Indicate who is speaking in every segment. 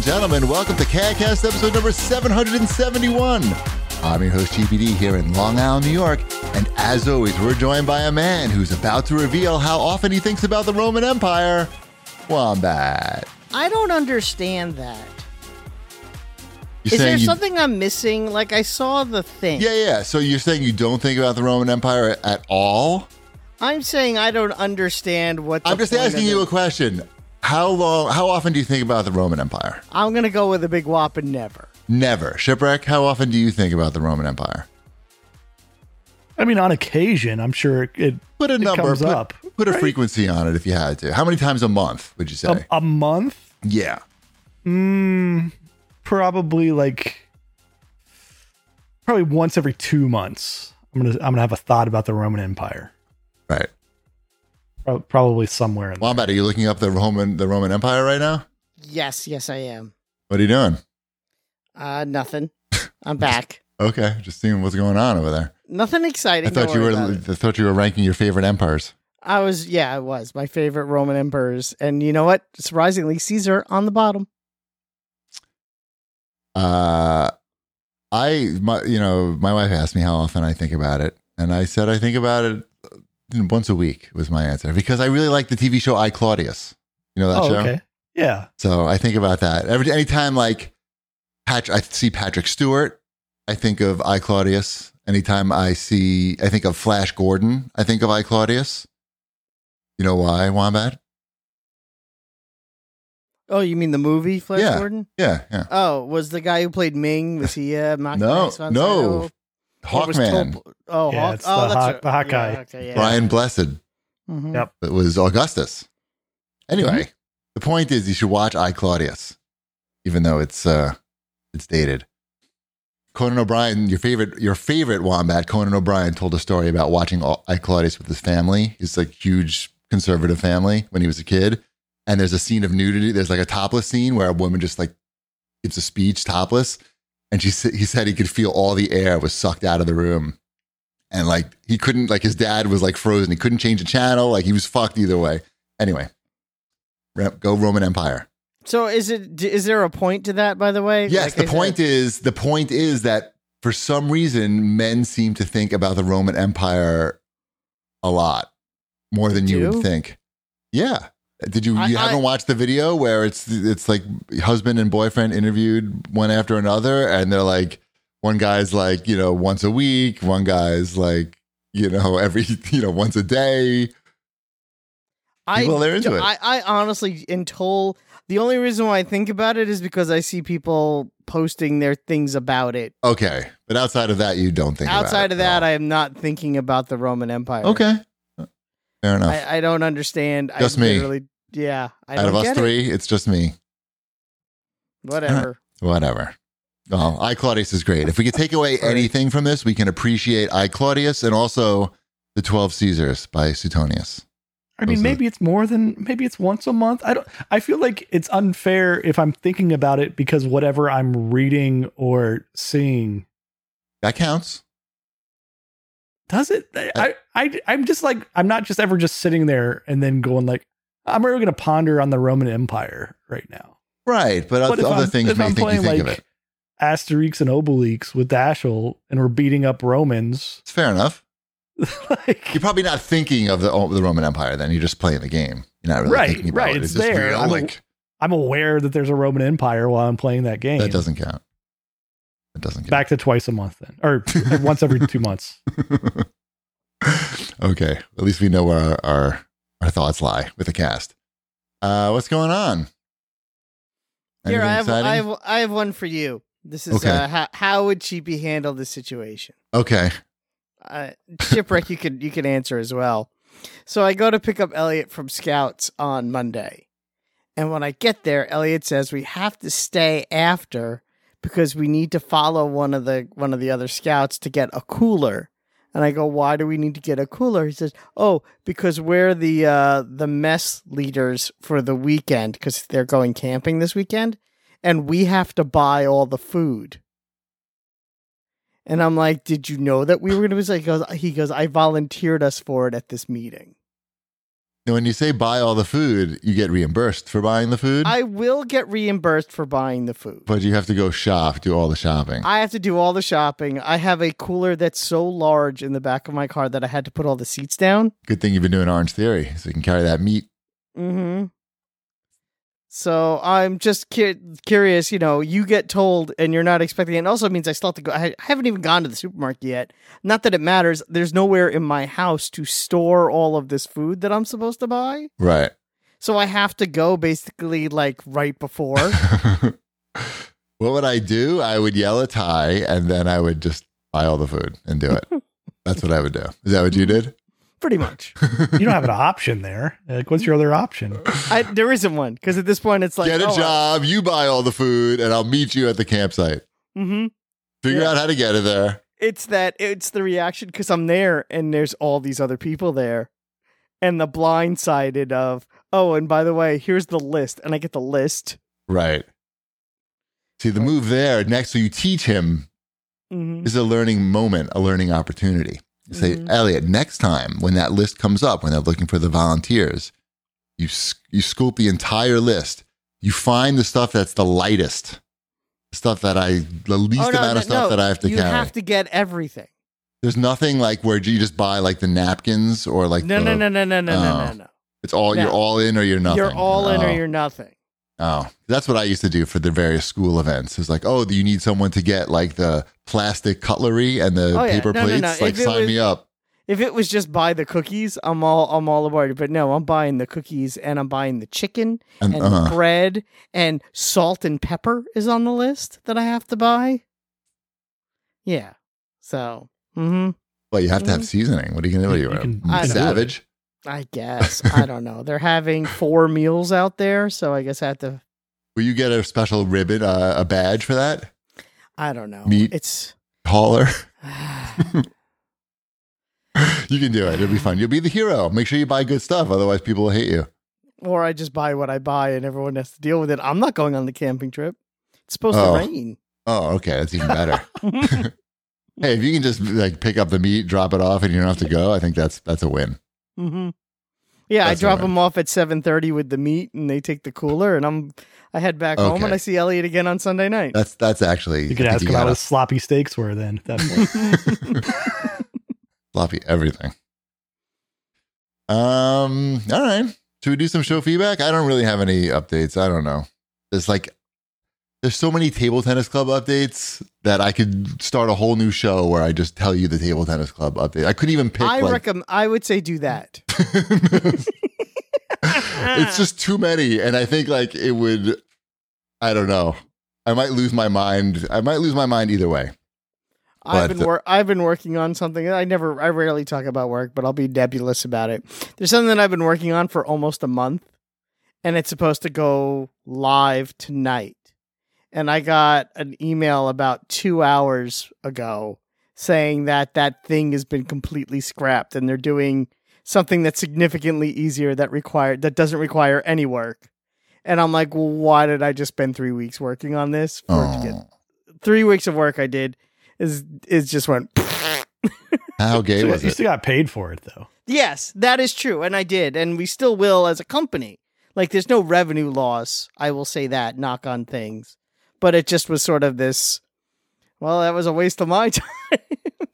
Speaker 1: gentlemen, welcome to CADcast episode number 771. I'm your host, GPD, here in Long Island, New York. And as always, we're joined by a man who's about to reveal how often he thinks about the Roman Empire Wombat.
Speaker 2: I don't understand that. Is
Speaker 1: You're
Speaker 2: there
Speaker 1: saying you-
Speaker 2: something I'm missing? Like I saw the thing.
Speaker 1: Yeah, yeah. So you're saying you don't think about the Roman Empire at all?
Speaker 2: I'm saying I don't understand what. The
Speaker 1: I'm just
Speaker 2: point of
Speaker 1: asking you a
Speaker 2: it-
Speaker 1: question. How long, how often do you think about the Roman Empire?
Speaker 2: I'm gonna go with a big whopping never.
Speaker 1: Never. Shipwreck, how often do you think about the Roman Empire?
Speaker 3: I mean, on occasion, I'm sure it
Speaker 1: Put a
Speaker 3: it
Speaker 1: number
Speaker 3: comes
Speaker 1: put,
Speaker 3: up
Speaker 1: Put a frequency on it if you had to. How many times a month would you say?
Speaker 3: a, a month, Hmm,
Speaker 1: yeah.
Speaker 3: probably like probably once every two months. I'm gonna I'm gonna have a thought about the Roman Empire,
Speaker 1: Right.
Speaker 3: Pro- probably somewhere in
Speaker 1: Wombat, are you looking up the Roman the Roman Empire right now?
Speaker 2: Yes, yes, I am.
Speaker 1: What are you doing?
Speaker 2: Uh, nothing. I'm back.
Speaker 1: Okay, just seeing what's going on over there.
Speaker 2: Nothing
Speaker 1: I
Speaker 2: exciting. Don't
Speaker 1: thought you
Speaker 2: worry
Speaker 1: were
Speaker 2: about
Speaker 1: I
Speaker 2: it.
Speaker 1: thought you were ranking your favorite empires.
Speaker 2: I was. Yeah, I was. My favorite Roman emperors, and you know what? Surprisingly, Caesar on the bottom.
Speaker 1: Uh I my you know, my wife asked me how often I think about it, and I said I think about it uh, once a week was my answer because I really like the TV show I Claudius. You know that
Speaker 3: oh,
Speaker 1: show?
Speaker 3: okay, yeah,
Speaker 1: So I think about that every anytime like Pat, I see Patrick Stewart, I think of I Claudius. Anytime I see, I think of Flash Gordon. I think of I Claudius. You know why, Wombat?
Speaker 2: Oh, you mean the movie Flash
Speaker 1: Yeah.
Speaker 2: Gordon?
Speaker 1: Yeah, yeah.
Speaker 2: Oh, was the guy who played Ming? Was he uh, Mac-
Speaker 1: No,
Speaker 2: Max von
Speaker 1: no.
Speaker 2: Sydow? Or was
Speaker 1: Hawkman,
Speaker 2: Tulp- Oh,
Speaker 3: Yeah,
Speaker 2: Hawk-
Speaker 3: it's
Speaker 2: oh, that's
Speaker 3: the Hawk-
Speaker 2: right.
Speaker 3: the Hawkeye.
Speaker 2: Yeah, okay, yeah.
Speaker 1: Brian Blessed.
Speaker 2: Mhm.
Speaker 3: Yep.
Speaker 1: That was Augustus. Anyway, the point is, you should watch I Claudius, even though it's uh, it's dated. Conan O'Brien, your favorite, your favorite wombat, Conan O'Brien, told a story about watching I Claudius with his family. He's like huge conservative family when he was a kid, and there's a scene of nudity. There's like a topless scene where a woman just like gives a speech topless, and she sa- he said he could feel all the air was sucked out of the room, and like he couldn't like his dad was like frozen. He couldn't change the channel. Like he was fucked either way. Anyway, Re- go Roman Empire.
Speaker 2: So is it d- is there a point to that by the way?
Speaker 1: Yes,
Speaker 2: Like,
Speaker 1: the
Speaker 2: is
Speaker 1: point
Speaker 2: it-
Speaker 1: is the point is that for some reason men seem to think about the Roman Empire a lot more than you
Speaker 2: Do?
Speaker 1: would think. Yeah. Did you
Speaker 2: I-
Speaker 1: you
Speaker 2: I-
Speaker 1: haven't watched the video where it's it's like husband and boyfriend interviewed one after another and they're like one guy's like, you know, once a week, one guy's like, you know, every you know, once a day. people are into it.
Speaker 2: I, I honestly until the only reason why I think about it is because I see people posting their things about it.
Speaker 1: Okay. But outside of that you don't think about
Speaker 2: Outside
Speaker 1: it
Speaker 2: of
Speaker 1: at
Speaker 2: that,
Speaker 1: all.
Speaker 2: I am not thinking about the Roman Empire.
Speaker 1: Okay. Fair enough.
Speaker 2: I, I don't understand.
Speaker 1: Just
Speaker 2: I
Speaker 1: me.
Speaker 2: literally- Yeah, I
Speaker 1: Out
Speaker 2: don't
Speaker 1: of us
Speaker 2: get it.
Speaker 1: three, it's just me.
Speaker 2: Whatever.
Speaker 1: Whatever. Well, I Claudius is great. If we could take away
Speaker 3: Sorry.
Speaker 1: anything from this, we can appreciate I Claudius and also the Twelve Caesars by Suetonius.
Speaker 3: I mean,
Speaker 1: Those are-
Speaker 3: maybe it's more than maybe it's once a month. I don't. I feel like it's unfair if I'm thinking about it because whatever I'm reading or seeing
Speaker 1: That counts.
Speaker 3: does it. I, I I'm just like I'm not just ever just sitting there and then going like I'm really gonna ponder on the Roman Empire right now.
Speaker 1: Right, but,
Speaker 3: But if
Speaker 1: other
Speaker 3: I'm-
Speaker 1: things
Speaker 3: if
Speaker 1: may
Speaker 3: I'm
Speaker 1: think you
Speaker 3: playing,
Speaker 1: think of
Speaker 3: like,
Speaker 1: it.
Speaker 3: Asterix and Obelix with Dashiell, and we're beating up Romans.
Speaker 1: It's fair enough.
Speaker 3: like,
Speaker 1: You're probably not thinking of the, oh, the Roman Empire then. You're just playing the game. You're not really
Speaker 3: Right,
Speaker 1: thinking about
Speaker 3: right,
Speaker 1: it.
Speaker 3: it's
Speaker 1: just
Speaker 3: there.
Speaker 1: real,
Speaker 3: I'm a-
Speaker 1: like,
Speaker 3: I'm aware that there's a Roman Empire while I'm playing that game.
Speaker 1: that doesn't count. That doesn't count.
Speaker 3: Back to twice a month then, or once every two months.
Speaker 1: okay. At least we know where our, our, our thoughts lie with the cast. Uh, what's going on?
Speaker 2: Here,
Speaker 1: Anything
Speaker 2: I have,
Speaker 1: exciting?
Speaker 2: I have I have one for you. This is
Speaker 1: Okay.
Speaker 2: uh, how, how would Cheapy handle this situation?
Speaker 1: okay.
Speaker 2: uh, shipwreck you could you could answer as well so i go to pick up elliot from scouts on monday and when i get there elliot says we have to stay after because we need to follow one of the one of the other scouts to get a cooler and i go why do we need to get a cooler he says oh because we're the uh the mess leaders for the weekend because they're going camping this weekend and we have to buy all the food and I'm like, did you know that we were going to be? He goes, he goes, I volunteered us for it at this meeting.
Speaker 1: Now, when you say buy all the food, you get reimbursed for buying the food,
Speaker 2: I will get reimbursed for buying the food.
Speaker 1: but you have to go shop, do all the shopping.
Speaker 2: I have to do all the shopping. I have a cooler that's so large in the back of my car that I had to put all the seats down.
Speaker 1: Good thing you've been doing Orange Theory, so you can carry that meat.
Speaker 2: Mm-hmm. So I'm just cu- curious. You know, you get told, and you're not expecting. It. And also means I still have to go. I I haven't even gone to the supermarket yet. Not that it matters. There's nowhere in my house to store all of this food that I'm supposed to buy.
Speaker 1: Right.
Speaker 2: So I have to go basically like right before.
Speaker 1: what would I do? I would yell at Ty, and then I would just buy all the food and do it. That's what I would do. Is that what you did?
Speaker 2: Pretty much.
Speaker 3: You don't have an option there. Like, what's your other option?
Speaker 2: I, there isn't one because at this point it's like
Speaker 1: get a
Speaker 2: oh,
Speaker 1: job, you buy all the food, and I'll meet you at the campsite.
Speaker 2: Mm-hmm.
Speaker 1: Figure
Speaker 2: Yeah.
Speaker 1: out how to get it there.
Speaker 2: It's that it's the reaction because I'm there and there's all these other people there, and the blindsided of oh, and by the way, here's the list, and I get the list.
Speaker 1: Right. See, the move there next, so you teach him
Speaker 2: Mm-hmm.
Speaker 1: is a learning moment, a learning opportunity. You say, Elliot, next time when that list comes up, when they're looking for the volunteers, you s- you scoop the entire list. You find the stuff that's the lightest, stuff that I the least
Speaker 2: Oh,
Speaker 1: amount of stuff that I have to
Speaker 2: you
Speaker 1: carry.
Speaker 2: have to get everything.
Speaker 1: There's nothing like where you just buy like the napkins or like
Speaker 2: No,
Speaker 1: the,
Speaker 2: no, no, no, no, no, no,
Speaker 1: oh,
Speaker 2: no, no.
Speaker 1: It's all you're
Speaker 2: No.
Speaker 1: all in or you're nothing.
Speaker 2: You're all in
Speaker 1: Oh.
Speaker 2: or you're nothing.
Speaker 1: Oh, that's what I used to do for the various school events. It's like, oh, you need someone to get like the plastic cutlery and the
Speaker 2: Oh, yeah.
Speaker 1: paper
Speaker 2: No, no, no.
Speaker 1: plates. Like,
Speaker 2: If it
Speaker 1: sign
Speaker 2: was-
Speaker 1: me up.
Speaker 2: If it was just buy the cookies, I'm all I'm all about it. But no, I'm buying the cookies and I'm buying the chicken
Speaker 1: And,
Speaker 2: and
Speaker 1: uh,
Speaker 2: bread and salt and pepper is on the list that I have to buy. Yeah. So, hmm
Speaker 1: well, you have to have seasoning. What are you going to do?
Speaker 3: You
Speaker 1: You're
Speaker 3: can-
Speaker 1: a
Speaker 2: I don't-
Speaker 1: savage.
Speaker 2: I guess I don't know. They're having four meals out there, so I guess I have to.
Speaker 1: Will you get a special ribbon, uh, a badge for that?
Speaker 2: I don't know.
Speaker 1: Meat.
Speaker 2: It's
Speaker 1: Caller, you can do it. It'll be fun. You'll be the hero. Make sure you buy good stuff. Otherwise, people will hate you.
Speaker 2: or I just buy what I buy and everyone has to deal with it. I'm not going on the camping trip. It's supposed
Speaker 1: Oh.
Speaker 2: to rain.
Speaker 1: Oh, okay. That's even better. hey, if you can just like pick up the meat, drop it off, and you don't have to go, I think that's that's a win.
Speaker 2: hmm Yeah,
Speaker 1: That's
Speaker 2: I drop
Speaker 1: all right.
Speaker 2: them off at 7:30 with the meat, and they take the cooler, and I'm I head back home,
Speaker 1: Okay.
Speaker 2: and I see Elliot again on Sunday night.
Speaker 1: That's that's actually.
Speaker 3: You could
Speaker 1: I think
Speaker 3: ask him how
Speaker 1: gotta-
Speaker 3: his sloppy steaks were then. at that point.
Speaker 1: floppy everything. Um. All right. Should we do some show feedback? I don't really have any updates. I don't know. There's like, there's so many table tennis club updates that I could start a whole new show where I just tell you the table tennis club update. I could even pick.
Speaker 2: I
Speaker 1: like,
Speaker 2: recommend. I would say do that.
Speaker 1: it's just too many, and I think like it would. I don't know. I might lose my mind. I might lose my mind either way.
Speaker 2: I've
Speaker 1: But-
Speaker 2: been wor- I've been working on something. I never, I rarely talk about work, but I'll be nebulous about it. There's something that I've been working on for almost a month, and it's supposed to go live tonight. And I got an email about two hours ago saying that that thing has been completely scrapped, and they're doing something that's significantly easier that required that doesn't require any work. And I'm like, well, why did I just spend three weeks working on this for it to get
Speaker 1: Oh,
Speaker 2: three weeks of work I did is is just went.
Speaker 1: how gay
Speaker 3: So
Speaker 1: was
Speaker 3: you
Speaker 1: it?
Speaker 3: still got paid for it though.
Speaker 2: yes, that is true, and I did, and we still will as a company. Like, there's no revenue loss. I will say that. Knock on things, but it just was sort of this. Well, that was a waste of my time.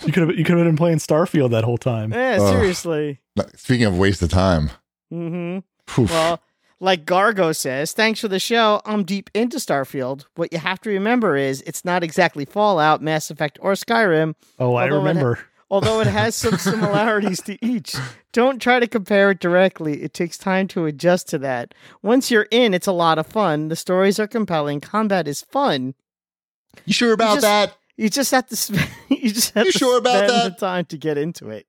Speaker 3: You could have you could have been playing Starfield that whole time.
Speaker 2: yeah,
Speaker 1: Ugh.
Speaker 2: seriously.
Speaker 1: Speaking of waste of time.
Speaker 2: hmm
Speaker 1: Phew.
Speaker 2: Well, like Gargo says, thanks for the show. I'm deep into Starfield. What you have to remember is it's not exactly Fallout, Mass Effect, or Skyrim.
Speaker 3: Oh, I
Speaker 2: Although it-
Speaker 3: remember.
Speaker 2: although it has some similarities to each. Don't try to compare it directly. It takes time to adjust to that. Once you're in, it's a lot of fun. The stories are compelling. Combat is fun.
Speaker 1: you sure about
Speaker 2: just-
Speaker 1: that?
Speaker 2: You just have to. Sp- you just have
Speaker 1: You
Speaker 2: to
Speaker 1: sure about
Speaker 2: spend
Speaker 1: that?
Speaker 2: the time to get into it.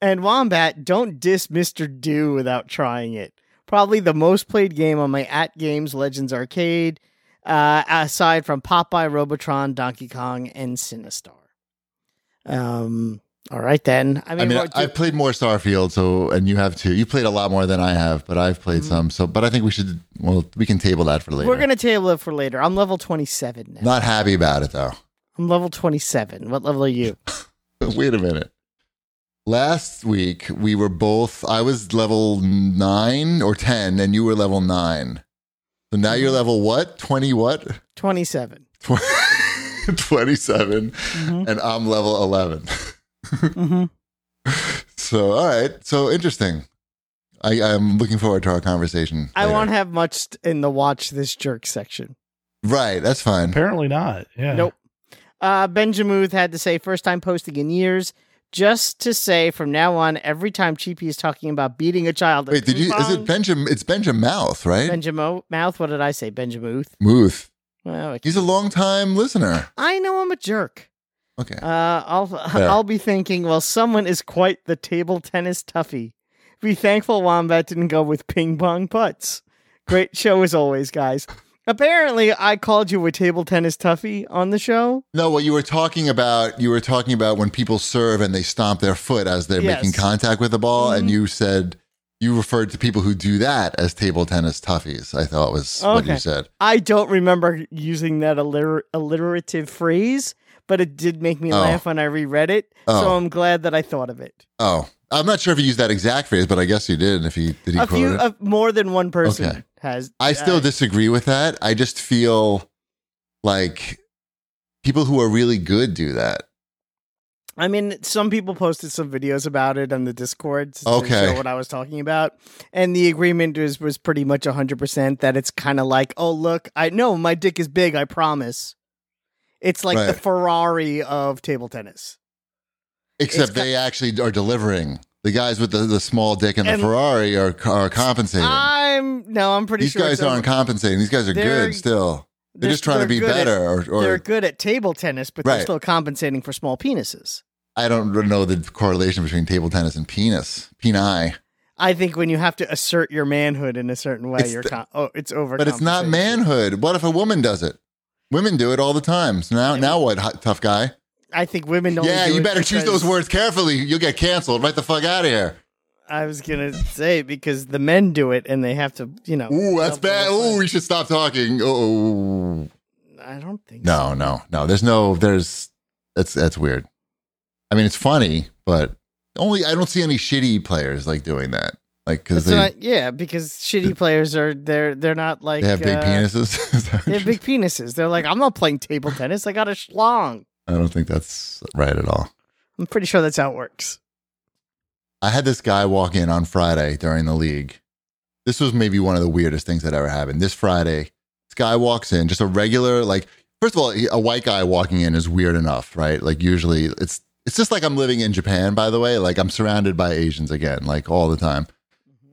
Speaker 2: And Wombat, don't diss Mister Do without trying it. Probably the most played game on my at games Legends Arcade, uh, aside from Popeye, Robotron, Donkey Kong, and Sinistar. Um. All right then.
Speaker 1: I
Speaker 2: I mean,
Speaker 1: mean,
Speaker 2: what do-
Speaker 1: I've played more Starfield, so and you have too. You played a lot more than I have, but I've played some. So, but I think we should. Well, we can table that for later.
Speaker 2: Mm-hmm. We're gonna table it for later. I'm level 27 now.
Speaker 1: Not happy about it though.
Speaker 2: I'm level 27. What level are you?
Speaker 1: Wait a minute. Last week we were both. I was level nine or ten, and you were level nine. So now
Speaker 2: Mm-hmm.
Speaker 1: you're level what? Twenty what?
Speaker 2: 27.
Speaker 1: Twenty-seven,
Speaker 2: Mm-hmm.
Speaker 1: and I'm level eleven.
Speaker 2: mm-hmm.
Speaker 1: So all right. So interesting. I, I'm looking forward to our conversation.
Speaker 2: I
Speaker 1: later.
Speaker 2: won't have much in the watch this jerk section.
Speaker 1: Right. That's fine.
Speaker 3: Apparently not. Yeah.
Speaker 2: Nope. Uh, Benjamuth had to say, first time posting in years. Just to say, from now on, every time Cheapy is talking about beating a child, at
Speaker 1: Wait, did
Speaker 2: ping
Speaker 1: you? Is it
Speaker 2: pong-
Speaker 1: Benjamin? It's Benjamin Mouth, right?
Speaker 2: Benjamo mouth? What did I say? Benjamuth.
Speaker 1: Muth.
Speaker 2: Well, I-
Speaker 1: He's a long-time listener.
Speaker 2: I know I'm a jerk.
Speaker 1: Okay.
Speaker 2: Uh, I'll
Speaker 1: Fair.
Speaker 2: I'll be thinking. Well, someone is quite the table tennis toughie. Be thankful Wombat didn't go with ping pong putts. Great show as always, guys. Apparently, I called you a table tennis toughie on the show.
Speaker 1: No, what you were talking about, you were talking about when people serve and they stomp their foot as they're
Speaker 2: Yes.
Speaker 1: making contact with the ball,
Speaker 2: Mhm.
Speaker 1: and you said you referred to people who do that as table tennis toughies. I thought was what you
Speaker 2: Okay.
Speaker 1: said.
Speaker 2: I don't remember using that alliter- alliterative phrase, but it did make me
Speaker 1: Oh.
Speaker 2: laugh when I reread it. So
Speaker 1: Oh.
Speaker 2: I'm glad that I thought of it.
Speaker 1: Oh, I'm not sure if you used that exact phrase, but I guess you did. If you did, he
Speaker 2: A
Speaker 1: quote
Speaker 2: few,
Speaker 1: it.
Speaker 2: uh, more than one person
Speaker 1: Okay.
Speaker 2: has.
Speaker 1: I still
Speaker 2: uh,
Speaker 1: disagree with that. I just feel like people who are really good do that.
Speaker 2: I mean, some people posted some videos about it on the Discord. To
Speaker 1: Okay.
Speaker 2: Show what I was talking about. And the agreement was, was pretty much 100% that it's kind of like, oh, look, I know my dick is big, I promise. It's like the
Speaker 1: Right.
Speaker 2: Ferrari of table tennis.
Speaker 1: Except
Speaker 2: ki-
Speaker 1: they actually are delivering. The guys with the, the small dick and the
Speaker 2: And-
Speaker 1: Ferrari are are compensating.
Speaker 2: I'm, no, I'm pretty
Speaker 1: These
Speaker 2: sure.
Speaker 1: guys
Speaker 2: it's over.
Speaker 1: aren't compensating. These guys are
Speaker 2: They're-
Speaker 1: good still. They're just trying to be
Speaker 2: good at-
Speaker 1: better, or,
Speaker 2: they're
Speaker 1: or
Speaker 2: good at table tennis, but they're
Speaker 1: Right.
Speaker 2: still compensating for small penises.
Speaker 1: I don't know the correlation between table tennis and penis, peni.
Speaker 2: I think when you have to assert your manhood in a certain way,
Speaker 1: It's
Speaker 2: you're
Speaker 1: the-
Speaker 2: com- oh, it's over.
Speaker 1: But it's not manhood. What if a woman does it? Women do it all the time. So now, now what, hot, tough guy?
Speaker 2: I think women don't.
Speaker 1: yeah, you better choose those words carefully. You'll get canceled. Right the fuck out of here.
Speaker 2: I was gonna say because the men do it and they have to, you know.
Speaker 1: Ooh, that's
Speaker 2: double
Speaker 1: bad.
Speaker 2: up on-
Speaker 1: Ooh, we should stop talking. Oh,
Speaker 2: I don't think. so.
Speaker 1: no, no, no. There's no. There's that's that's weird. I mean, it's funny, but only I don't see any shitty players like doing that. Like because they,
Speaker 2: That's not- yeah, because shitty players are they're they're not like
Speaker 1: they have big
Speaker 2: uh,
Speaker 1: penises. Is that what
Speaker 2: They
Speaker 1: you're
Speaker 2: have big penises. They're like, I'm not playing table tennis. I got a schlong.
Speaker 1: I don't think that's right at all.
Speaker 2: I'm pretty sure that's how it works.
Speaker 1: I had this guy walk in on Friday during the league. This was maybe one of the weirdest things that ever happened. This Friday, this guy walks in, just a regular, like, first of all, he- a white guy walking in is weird enough, right? Like, usually it's, it's just like I'm living in Japan, by the way. Like, I'm surrounded by Asians again, like, all the time.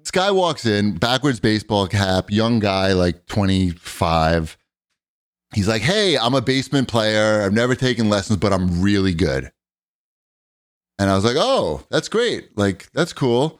Speaker 1: This guy walks in, backwards baseball cap, young guy, like 25. He's like, Hey, I'm a basement player. I've never taken lessons, but I'm really good. And I was like, oh, that's great. Like, that's cool.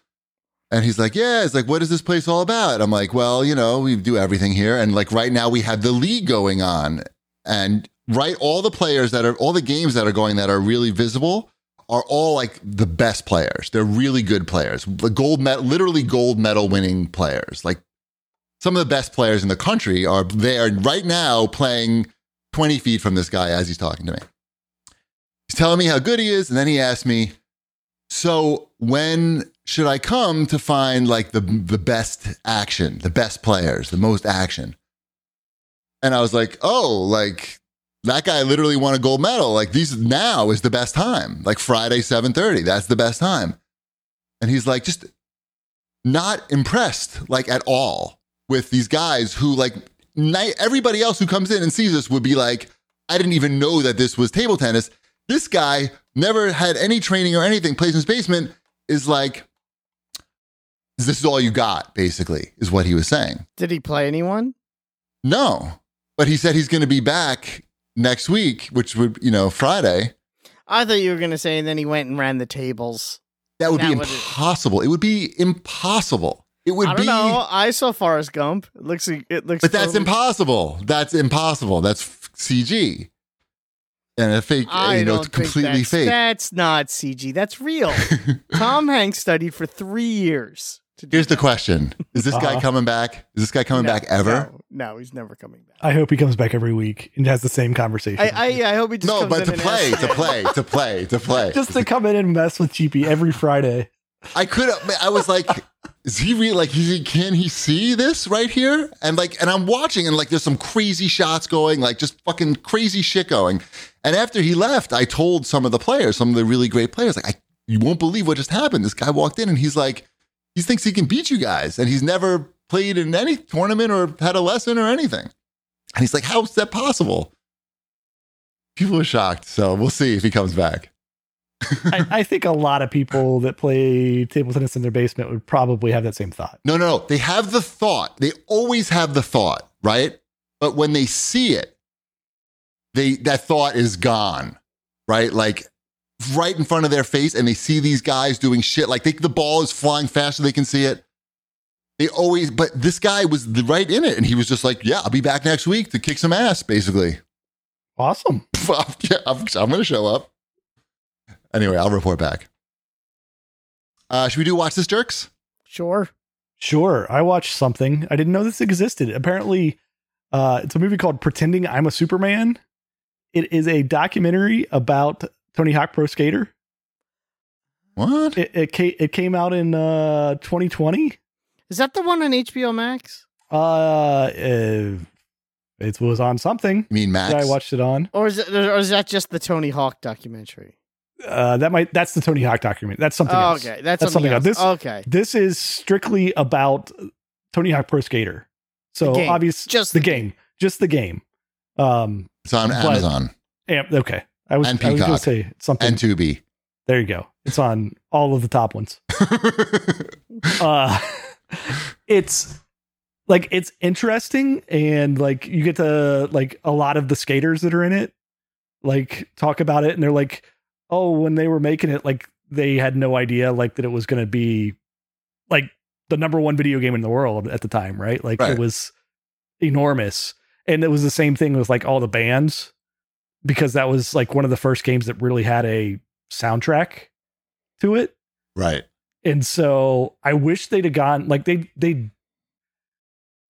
Speaker 1: And he's like, yeah. It's like, what is this place all about? I'm like, well, you know, we do everything here. And like right now we have the league going on. And right, all the players that are, all the games that are going that are really visible are all like the best players. They're really good players, the gold medal, literally gold medal winning players. Like some of the best players in the country are there right now playing 20 feet from this guy as he's talking to me. He's telling me how good he is, and then he asked me, "So when should I come to find like the the best action, the best players, the most action?" And I was like, "Oh, like that guy literally won a gold medal. Like these now is the best time. Like Friday 7:30, that's the best time." And he's like, "Just not impressed like at all with these guys who like night everybody else who comes in and sees us would be like, I didn't even know that this was table tennis." this guy never had any training or anything, plays in his basement, is like, this is all you got, basically, is what he was saying.
Speaker 2: Did he play anyone?
Speaker 1: No. But he said he's going to be back next week, which would, you know, Friday.
Speaker 2: I thought you were gonna say, and then he went and ran the tables.
Speaker 1: That would
Speaker 2: That
Speaker 1: be
Speaker 2: would-
Speaker 1: impossible. It would be impossible. It would
Speaker 2: I don't
Speaker 1: be.
Speaker 2: know. I saw Forrest Gump. It looks. like- It looks.
Speaker 1: But that's
Speaker 2: totally-
Speaker 1: impossible. That's impossible. That's f- CG. And a fake,
Speaker 2: I
Speaker 1: you know,
Speaker 2: don't
Speaker 1: it's completely
Speaker 2: think that's,
Speaker 1: fake.
Speaker 2: That's not CG. That's real. Tom Hanks studied for three years to do
Speaker 1: Here's the
Speaker 2: that.
Speaker 1: question: Is this guy
Speaker 3: Uh-huh.
Speaker 1: coming back? Is this guy coming
Speaker 2: No,
Speaker 1: back ever?
Speaker 2: No, no, he's never coming back.
Speaker 3: I hope he comes back every week and has the same conversation.
Speaker 2: I, I, yeah, I hope he just
Speaker 1: No,
Speaker 2: comes
Speaker 1: but
Speaker 2: in
Speaker 1: to
Speaker 2: and
Speaker 1: play,
Speaker 2: asks
Speaker 1: to
Speaker 2: me.
Speaker 1: play, to play, to play.
Speaker 3: just to come in and mess with GP every Friday.
Speaker 1: I could have. I was like, is he really like? Is he, can he see this right here? And like, and I'm watching, and like, there's some crazy shots going, like just fucking crazy shit going. And after he left, I told some of the players, some of the really great players, like, I, you won't believe what just happened. This guy walked in, and he's like, he thinks he can beat you guys, and he's never played in any tournament or had a lesson or anything. And he's like, how's that possible? People are shocked. So we'll see if he comes back.
Speaker 3: I, I think a lot of people that play table tennis in their basement would probably have that same thought.
Speaker 1: No, no, no. They have the thought. They always have the thought, right? But when they see it, they that thought is gone, right? Like right in front of their face, and they see these guys doing shit. Like they, the ball is flying faster, they can see it. They always, but this guy was the- right in it, and he was just like, "Yeah, I'll be back next week to kick some ass." Basically,
Speaker 3: Awesome.
Speaker 1: yeah, I'm, I'm going to show up. Anyway, I'll report back. Uh, should we do watch this jerks?
Speaker 2: Sure.
Speaker 3: Sure. I watched something. I didn't know this existed. Apparently, uh, it's a movie called Pretending I'm a Superman. It is a documentary about Tony Hawk Pro Skater.
Speaker 1: What?
Speaker 3: It it, ca- it came out in uh, 2020.
Speaker 2: Is that the one on HBO Max?
Speaker 3: Uh, uh, it was on something
Speaker 1: You mean Max?
Speaker 3: that I watched it on.
Speaker 2: Or is, it, or is that just the Tony Hawk documentary?
Speaker 3: Uh, that might that's the Tony Hawk document. That's something
Speaker 2: Oh,
Speaker 3: else.
Speaker 2: okay. That's,
Speaker 3: That's
Speaker 2: something
Speaker 3: something
Speaker 2: else.
Speaker 3: else.
Speaker 2: okay.
Speaker 3: This is strictly about Tony Hawk Pro Skater. So
Speaker 2: The game.
Speaker 3: obvious,
Speaker 2: Just
Speaker 3: the
Speaker 2: the
Speaker 3: game, just the game. Um,
Speaker 1: It's on
Speaker 3: But-
Speaker 1: Amazon.
Speaker 3: yeah, okay. I was,
Speaker 1: And
Speaker 3: I was going
Speaker 1: Peacock.
Speaker 3: to say something.
Speaker 1: and Tubi.
Speaker 3: there you go. It's on all of the top ones. uh it's like it's interesting and like you get to like a lot of the skaters that are in it like talk about it and they're like oh when they were making it like they had no idea like that it was going to be like the number one video game in the world at the time right like
Speaker 1: Right.
Speaker 3: it was enormous and it was the same thing with like all the bands because that was like one of the first games that really had a soundtrack to it
Speaker 1: right.
Speaker 3: and so I wish they'd have gone like they they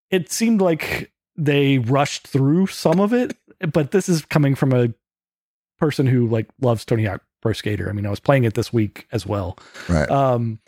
Speaker 3: it seemed like they rushed through some of it, but this is coming from a person who like loves Tony Hawk Pro Skater. I mean, I was playing it this week as well.
Speaker 1: Right.
Speaker 3: Um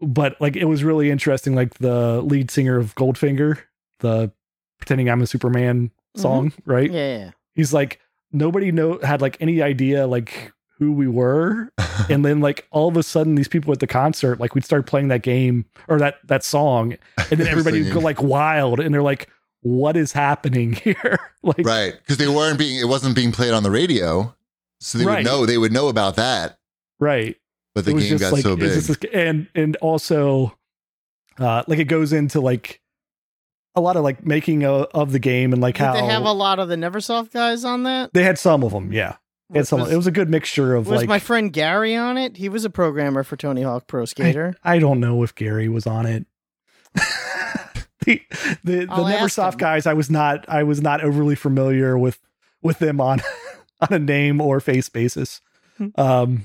Speaker 3: but like it was really interesting like the lead singer of Goldfinger, the pretending I'm a Superman song, right?
Speaker 2: Yeah.
Speaker 3: He's like nobody know had like any idea like who we were and then like all of a sudden these people at the concert like we'd start playing that game or that that song and then everybody would go like wild and they're like what is happening here like
Speaker 1: right because they weren't being it wasn't being played on the radio, so they would
Speaker 3: Right.
Speaker 1: know they would know about that.
Speaker 3: right
Speaker 1: But the
Speaker 3: it was
Speaker 1: game
Speaker 3: just
Speaker 1: got
Speaker 3: like
Speaker 1: so
Speaker 3: it was
Speaker 1: big.
Speaker 3: just this- and and also uh like it goes into like a lot of like making o of the game and like
Speaker 2: Did
Speaker 3: how
Speaker 2: they have a lot of the Neversoft guys on that?
Speaker 3: they had some of them yeah they had some
Speaker 2: Was-
Speaker 3: it was a good mixture of
Speaker 2: was
Speaker 3: like
Speaker 2: my friend Gary on it? He was a programmer for Tony Hawk Pro Skater.
Speaker 3: I don't know if Gary was on it. the the, the
Speaker 2: I'll ask
Speaker 3: NeverSoft
Speaker 2: him.
Speaker 3: guys, I was not I was not overly familiar with with them on on a name or face basis.
Speaker 2: Hmm.
Speaker 3: Um,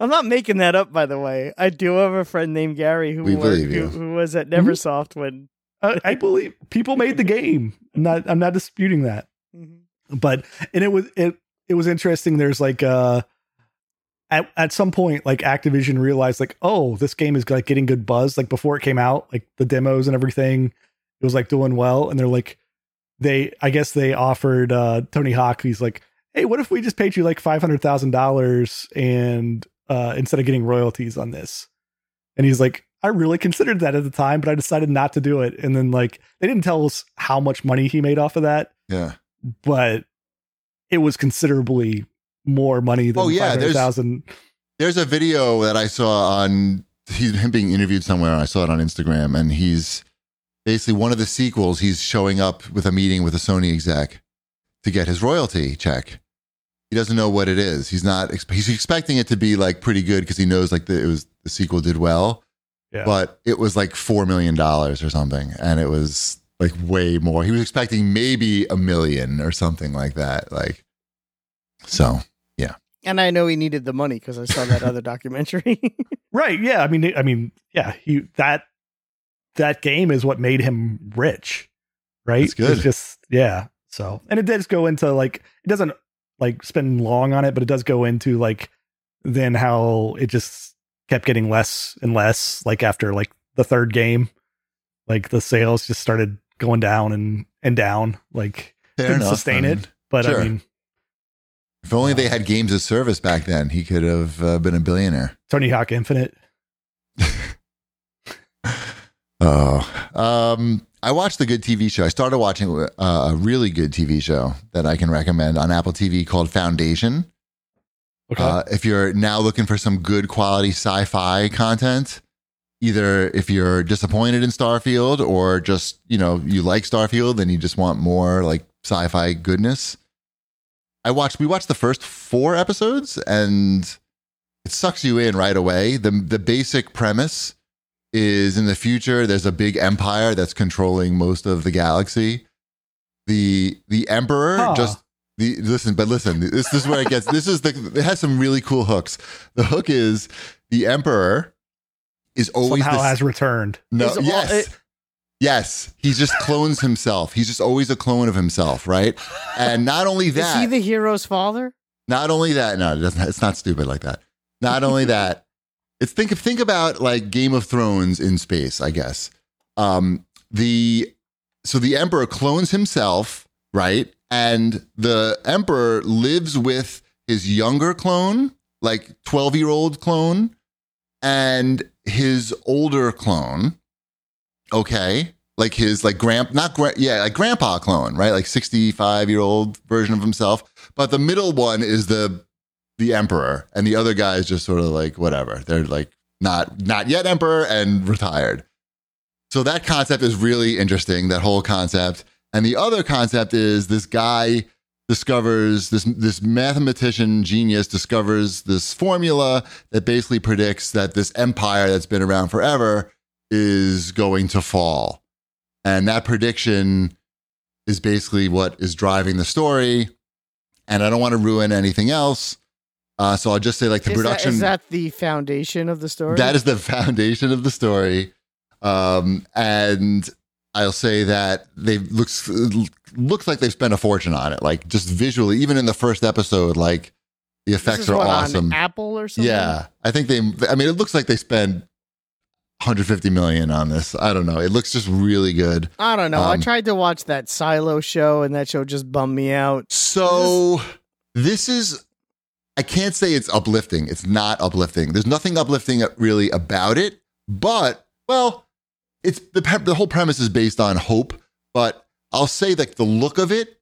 Speaker 2: I'm not making that up, by the way. I do have a friend named Gary who
Speaker 1: We
Speaker 2: worked-
Speaker 1: believe
Speaker 2: who,
Speaker 1: you.
Speaker 2: who was at
Speaker 3: Mhm.
Speaker 2: Neversoft when.
Speaker 3: I, I believe people made the game. I'm not I'm not disputing that.
Speaker 2: mm-hmm.
Speaker 3: but and it was it it was interesting there's like uh at, at some point like activision realized like oh this game is like getting good buzz like before it came out like the demos and everything it was like doing well and they're like they i guess they offered uh tony hawk he's like hey what if we just paid you like $500000 and uh instead of getting royalties on this and he's like i really considered that at the time but i decided not to do it and then like they didn't tell us how much money he made off of that
Speaker 1: yeah.
Speaker 3: but it was considerably more money than
Speaker 1: Oh, yeah, there's-
Speaker 3: 500,000.
Speaker 1: There's a video that I saw on he's him being interviewed somewhere. and I saw it on Instagram, and he's basically one of the sequels. He's showing up with a meeting with a Sony exec to get his royalty check. He doesn't know what it is. He's not. exp- He's expecting it to be like pretty good because he knows like the, it was the sequel did well.
Speaker 3: Yeah.
Speaker 1: but it was like four million dollars or something, and it was like way more. He was expecting maybe a million or something like that. Like, so
Speaker 2: And I know he needed the money because I saw that other documentary.
Speaker 3: Right, yeah, I mean I mean yeah, he that that game is what made him rich, right?
Speaker 1: That's good.
Speaker 3: It's just yeah. So and it does go into like it doesn't like spend long on it, but it does go into like then how it just kept getting less and less. Like after like the third game, like the sales just started going down and and down. Like
Speaker 1: Fair
Speaker 3: couldn't
Speaker 1: enough.
Speaker 3: sustain
Speaker 1: I
Speaker 3: it.
Speaker 1: mean,
Speaker 3: But
Speaker 1: sure.
Speaker 3: I mean,
Speaker 1: If only they had games of service back then, he could have uh, been a billionaire.
Speaker 3: Tony Hawk Infinite.
Speaker 1: Oh, um, I watched a good TV show. I started watching uh, a really good TV show that I can recommend on Apple TV called Foundation.
Speaker 3: Okay.
Speaker 1: Uh, if you're now looking for some good quality sci fi content, either if you're disappointed in Starfield or just, you know, you like Starfield and you just want more like sci fi goodness, I watched, we watched the first four episodes and it sucks you in right away. The, the basic premise is in the future, there's a big empire that's controlling most of the galaxy. The, the emperor
Speaker 3: Huh.
Speaker 1: just the listen, but listen, this, this is where it gets. This is the it has some really cool hooks. The hook is the emperor is always
Speaker 3: Somehow
Speaker 1: the,
Speaker 3: has returned.
Speaker 1: no
Speaker 2: Is all-
Speaker 1: yes
Speaker 2: it-
Speaker 1: yes he just clones himself. He's just always a clone of himself, right? And not only
Speaker 2: Is he
Speaker 1: that,
Speaker 2: the hero's father?
Speaker 1: not only that, no, it doesn't. It's not stupid like that. Not only that, it's think think about like Game of Thrones in space, I guess. Um, the so the emperor clones himself, right? And the emperor lives with his younger clone, like twelve year old clone, and his older clone. Okay, like his like grand not grand yeah like grandpa clone, right? Like sixty five year old version of himself but the middle one is the the emperor and the other guy is just sort of like whatever they're like not not yet emperor and retired so that concept is really interesting that whole concept and the other concept is this guy discovers this this mathematician genius discovers this formula that basically predicts that this empire that's been around forever is going to fall and that prediction is basically what is driving the story and i don't want to ruin anything else uh, so i'll just say like the
Speaker 2: Is that-
Speaker 1: production
Speaker 2: is that the foundation of the story?
Speaker 1: that is the foundation of the story. Um, and I'll say that they looks looks like they've spent a fortune on it. Like just visually, even in the first episode, like the
Speaker 2: This
Speaker 1: effects
Speaker 2: is
Speaker 1: are
Speaker 2: what, on
Speaker 1: awesome.
Speaker 2: Apple or something.
Speaker 1: Yeah, I think they. I mean, it looks like they spend 150 million on this. I don't know. It looks just really good.
Speaker 2: I don't know. I
Speaker 1: Um,
Speaker 2: tried to watch that Silo show, and that show just bummed me out.
Speaker 1: So this is I can't say it's uplifting. It's not uplifting. There's nothing uplifting really about it, but well, it's the pe- the whole premise is based on hope, but I'll say that the look of it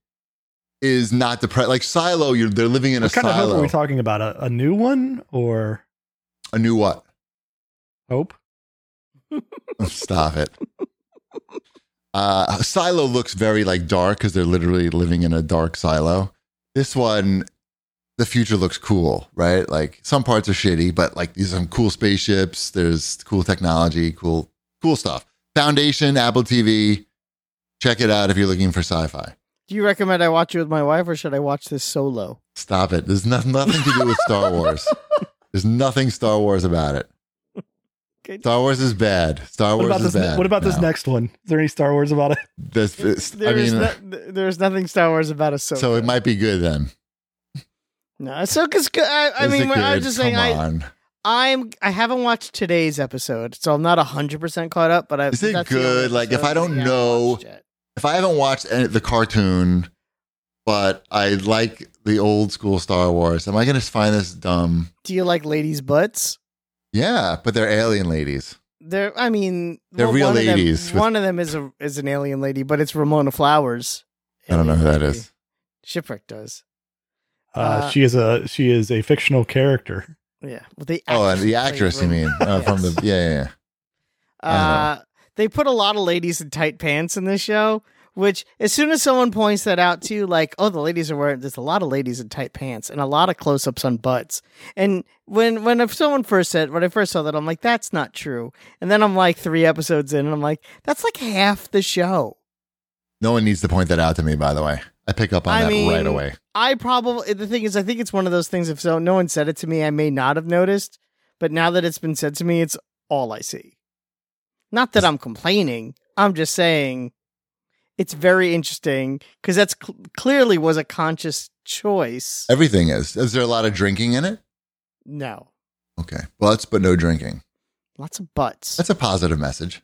Speaker 1: is not the pre- like silo you're they're living in a
Speaker 3: What kind of hope are
Speaker 1: silo.
Speaker 3: we talking about? A, a new one or
Speaker 1: a new what?
Speaker 3: hope?
Speaker 1: Stop it. Uh, silo looks very like dark because they're literally living in a dark silo. This one, the future looks cool, right? Like some parts are shitty, but like these are some cool spaceships. There's cool technology, cool, cool stuff. Foundation, Apple TV. Check it out if you're looking for sci-fi.
Speaker 2: Do you recommend I watch it with my wife, or should I watch this solo?
Speaker 1: Stop it. There's no- nothing to do with Star Wars. There's nothing Star Wars about it.
Speaker 2: Good.
Speaker 1: Star Wars is bad. Star
Speaker 3: What
Speaker 1: Wars
Speaker 3: about
Speaker 1: is
Speaker 3: this?
Speaker 1: bad.
Speaker 3: What about this
Speaker 1: No.
Speaker 3: next one? Is there any Star Wars about it?
Speaker 1: This, this- I
Speaker 2: There's
Speaker 1: mean, uh,
Speaker 2: no- there's nothing Star Wars about a solo.
Speaker 1: so it might be good then.
Speaker 2: no, Ahsoka's good. I, I
Speaker 1: Is
Speaker 2: mean,
Speaker 1: it
Speaker 2: I was
Speaker 1: good?
Speaker 2: just saying,
Speaker 1: Come
Speaker 2: I,
Speaker 1: on.
Speaker 2: I'm I haven't watched today's episode, so I'm not hundred percent caught up. But I,
Speaker 1: Is it
Speaker 2: that's the only
Speaker 1: good? Like, if
Speaker 2: episode
Speaker 1: I don't
Speaker 2: that
Speaker 1: know-
Speaker 2: watched yet.
Speaker 1: if I haven't watched any, the cartoon, but I like the old school Star Wars, am I going to find this dumb?
Speaker 2: do you like ladies' butts?
Speaker 1: Yeah, but they're alien ladies.
Speaker 2: They're, I mean,
Speaker 1: They're
Speaker 2: well,
Speaker 1: real
Speaker 2: one
Speaker 1: ladies with-
Speaker 2: Of them, one of them is a is an alien lady, but it's Ramona Flowers.
Speaker 1: I don't know who that
Speaker 2: Alien
Speaker 1: is.
Speaker 2: lady. Shipwreck does.
Speaker 3: Uh,
Speaker 2: Uh,
Speaker 3: she is a she is a fictional character.
Speaker 2: Yeah. Well, they
Speaker 1: Oh, and the
Speaker 2: actually
Speaker 1: actress, you
Speaker 2: wrote-
Speaker 1: mean? Uh, From the yeah, yeah, yeah. I
Speaker 2: Uh, they put a lot of ladies in tight pants in this show, which as soon as someone points that out to you, like, oh, the ladies are wearing there's a lot of ladies in tight pants and a lot of close ups on butts. And when when if someone first said when I first saw that, I'm like, that's not true. And then I'm like three episodes in, and I'm like, that's like half the show.
Speaker 1: No one needs to point that out to me. By the way, I pick up on
Speaker 2: I
Speaker 1: that
Speaker 2: mean-
Speaker 1: right away.
Speaker 2: I probably the thing is I think it's one of those things if so no one said it to me I may not have noticed, but now that it's been said to me it's all I see. Not that I'm complaining. I'm just saying it's very interesting because that's cl- clearly was a conscious choice.
Speaker 1: Everything is. Is there a lot of drinking in it?
Speaker 2: No,
Speaker 1: Okay. Butts, but no drinking.
Speaker 2: lots of butts.
Speaker 1: That's a positive message.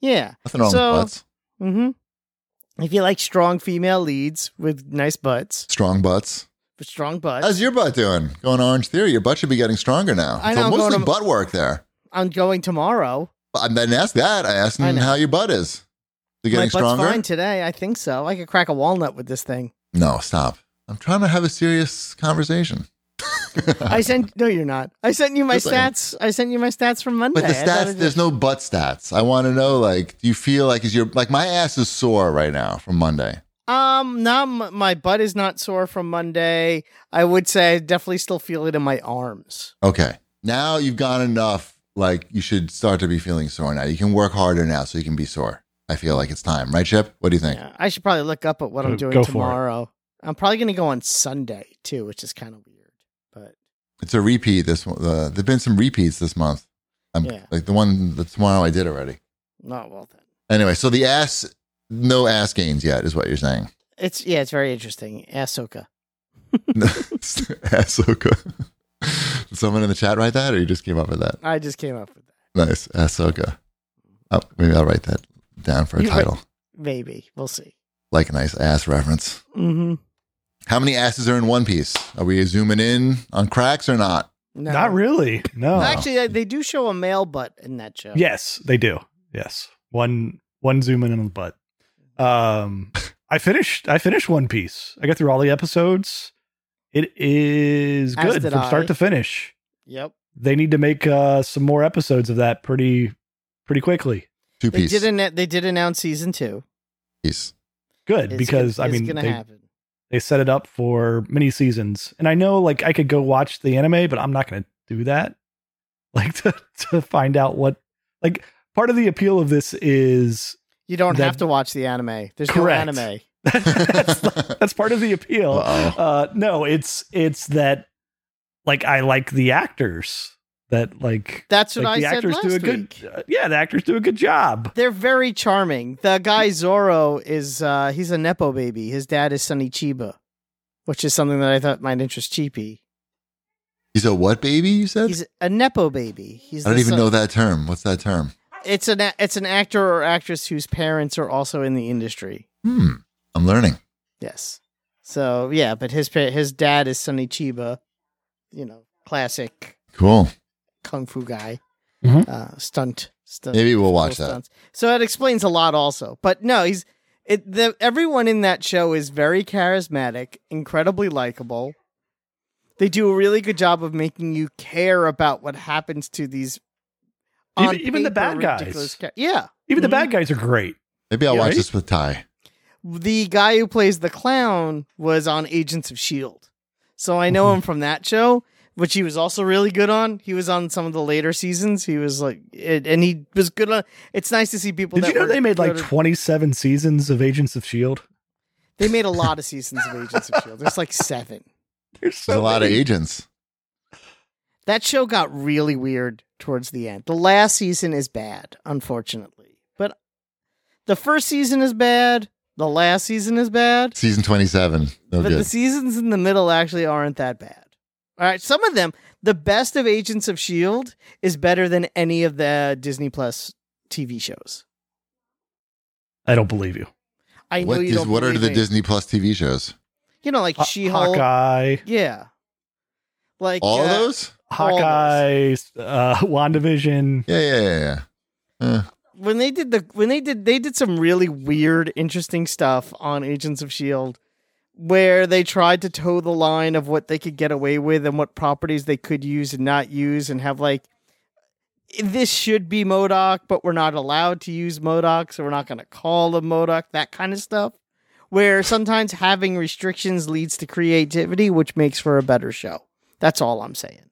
Speaker 2: yeah.
Speaker 1: Nothing wrong
Speaker 2: So-
Speaker 1: with butts.
Speaker 2: Mm-hmm. If you like strong female leads with nice butts,
Speaker 1: Strong butts.
Speaker 2: with strong butts,
Speaker 1: How's your butt doing? Going Orange Theory, your butt should be getting stronger now.
Speaker 2: I
Speaker 1: so
Speaker 2: know, I'm
Speaker 1: mostly
Speaker 2: going to-
Speaker 1: butt work there.
Speaker 2: I'm going tomorrow.
Speaker 1: But I didn't ask that. I asked
Speaker 2: I
Speaker 1: him
Speaker 2: know.
Speaker 1: how your butt is. Is it
Speaker 2: My
Speaker 1: getting
Speaker 2: butt's
Speaker 1: stronger?
Speaker 2: fine today. I think so. I could crack a walnut with this thing.
Speaker 1: No, stop. I'm trying to have a serious conversation.
Speaker 2: I sent no, you're not. I sent you my
Speaker 1: Just saying.
Speaker 2: stats. I sent you my stats from Monday.
Speaker 1: But the
Speaker 2: I thought
Speaker 1: stats,
Speaker 2: it-
Speaker 1: there's no butt stats. I want to know, like, do you feel like is your like my ass is sore right now from Monday?
Speaker 2: Um, no, m- my butt is not sore from Monday. I would say I definitely still feel it in my arms.
Speaker 1: Okay, now you've gone enough. Like, you should start to be feeling sore now. You can work harder now, so you can be sore. I feel like it's time, right, Chip? What do you think?
Speaker 2: Yeah, I should probably look up at what
Speaker 3: Go-
Speaker 2: I'm doing
Speaker 3: go for it.
Speaker 2: tomorrow. I'm probably going to go on Sunday too, which is kind of weird. But
Speaker 1: It's a repeat this one. Uh, there've been some repeats this month. I'm,
Speaker 2: Yeah.
Speaker 1: Like the one that tomorrow I did already.
Speaker 2: not well then.
Speaker 1: Anyway, so the ass, no ass gains yet, is what you're saying.
Speaker 2: It's yeah, it's very interesting. Ahsoka.
Speaker 1: Ahsoka. Did someone in the chat write that, or you just came up with that?
Speaker 2: I just came up with that.
Speaker 1: Nice, Ahsoka. Oh, maybe I'll write that down for a
Speaker 2: You write-
Speaker 1: title,
Speaker 2: Maybe we'll see.
Speaker 1: like a nice ass reference.
Speaker 2: Mm-hmm.
Speaker 1: How many asses are in One Piece? Are we zooming in on cracks or not?
Speaker 2: No.
Speaker 3: Not really. No.
Speaker 2: Actually, they- they do show a male butt in that show.
Speaker 3: Yes, they do. Yes. One one zoom in on the butt. Um I finished I finished One Piece. I got through all the episodes. It is
Speaker 2: As
Speaker 3: good
Speaker 2: did
Speaker 3: from
Speaker 2: I.
Speaker 3: start to finish.
Speaker 2: Yep.
Speaker 3: They need to make uh some more episodes of that pretty pretty quickly.
Speaker 1: Two
Speaker 2: They
Speaker 1: piece.
Speaker 2: did an, they did announce season two.
Speaker 1: piece.
Speaker 3: Good
Speaker 2: It's
Speaker 3: Uh, because
Speaker 2: gonna-
Speaker 3: I mean
Speaker 2: it's gonna
Speaker 3: they,
Speaker 2: happen.
Speaker 3: they set it up for many seasons. And I know like I could go watch the anime, but I'm not going to do that. Like to to find out what like part of the appeal of this is
Speaker 2: You don't
Speaker 3: that-
Speaker 2: have to watch the anime. There's
Speaker 3: Correct.
Speaker 2: no anime.
Speaker 3: that's that's part of the appeal.
Speaker 1: Uh-oh.
Speaker 3: Uh, no, it's it's that like I like the actors that like
Speaker 2: That's what
Speaker 3: like, the
Speaker 2: I said
Speaker 3: actors
Speaker 2: last
Speaker 3: do a good
Speaker 2: week.
Speaker 3: uh, yeah the actors do a good job.
Speaker 2: They're very charming. The guy Zorro is uh he's a nepo baby. His dad is Sonny Chiba, which is something that I thought might interest Cheapy.
Speaker 1: He's a what baby? You said?
Speaker 2: He's a nepo baby. He's
Speaker 1: I don't
Speaker 2: the
Speaker 1: even
Speaker 2: son-
Speaker 1: know that term. What's that term?
Speaker 2: It's an a- it's an actor or actress whose parents are also in the industry.
Speaker 1: Hmm. I'm learning.
Speaker 2: Yes. So yeah, but his pa- his dad is Sonny Chiba, you know, classic
Speaker 1: Cool.
Speaker 2: kung fu guy,
Speaker 3: Mhm.
Speaker 2: uh, stunt stunt.
Speaker 1: Maybe we'll watch
Speaker 2: cool
Speaker 1: that.
Speaker 2: stunts. So it explains a lot, also. But no, he's it. The everyone in that show is very charismatic, incredibly likable. They do a really good job of making you care about what happens to these.
Speaker 3: Even-
Speaker 2: on
Speaker 3: even the
Speaker 2: paper
Speaker 3: bad guys.
Speaker 2: ridiculous cha- yeah,
Speaker 3: Even the
Speaker 2: Mhm.
Speaker 3: bad guys are great.
Speaker 1: Maybe I'll
Speaker 3: Yeah,
Speaker 1: watch
Speaker 3: right?
Speaker 1: this with Ty.
Speaker 2: the guy who plays the clown was on Agents of Shield, E so I
Speaker 3: Mm-hmm.
Speaker 2: know him from that show, which he was also really good on. He was on some of the later seasons. He was like, it, and he was good on. It's nice to see people.
Speaker 3: Did
Speaker 2: that
Speaker 3: you know
Speaker 2: were
Speaker 3: they made like
Speaker 2: good-
Speaker 3: 27 seasons of Agents of Shield?
Speaker 2: They made a lot of seasons of Agents of Shield. E There's like seven.
Speaker 3: There's so
Speaker 1: There's a lot of
Speaker 3: many.
Speaker 1: agents.
Speaker 2: That show got really weird towards the end. The last season is bad, unfortunately. But the first season is bad. The last season is bad.
Speaker 1: Season 27. No
Speaker 2: but
Speaker 1: good.
Speaker 2: the seasons in the middle actually aren't that bad. All right, some of them, the best of Agents of Shield E is better than any of the Disney Plus TV shows.
Speaker 3: I don't believe you.
Speaker 2: I know
Speaker 1: what
Speaker 2: you
Speaker 1: is-
Speaker 2: don't.
Speaker 1: what are
Speaker 2: believe
Speaker 1: the
Speaker 2: me.
Speaker 1: Disney Plus TV shows?
Speaker 2: You know, like
Speaker 3: Ho-
Speaker 2: She-Hulk.
Speaker 3: Hawkeye,
Speaker 2: Yeah. Like
Speaker 1: All
Speaker 2: uh,
Speaker 1: those?
Speaker 2: all
Speaker 3: Hawkeye, uh, WandaVision.
Speaker 1: Yeah, yeah, yeah, yeah. Uh,
Speaker 2: when they did the when they did they did some really weird interesting stuff on agents of shield E where they tried to toe the line of what they could get away with and what properties they could use and not use and have like this should be modoc but we're not allowed to use modoc so we're not going to call them modoc that kind of stuff where sometimes having restrictions leads to creativity which makes for a better show that's all i'm saying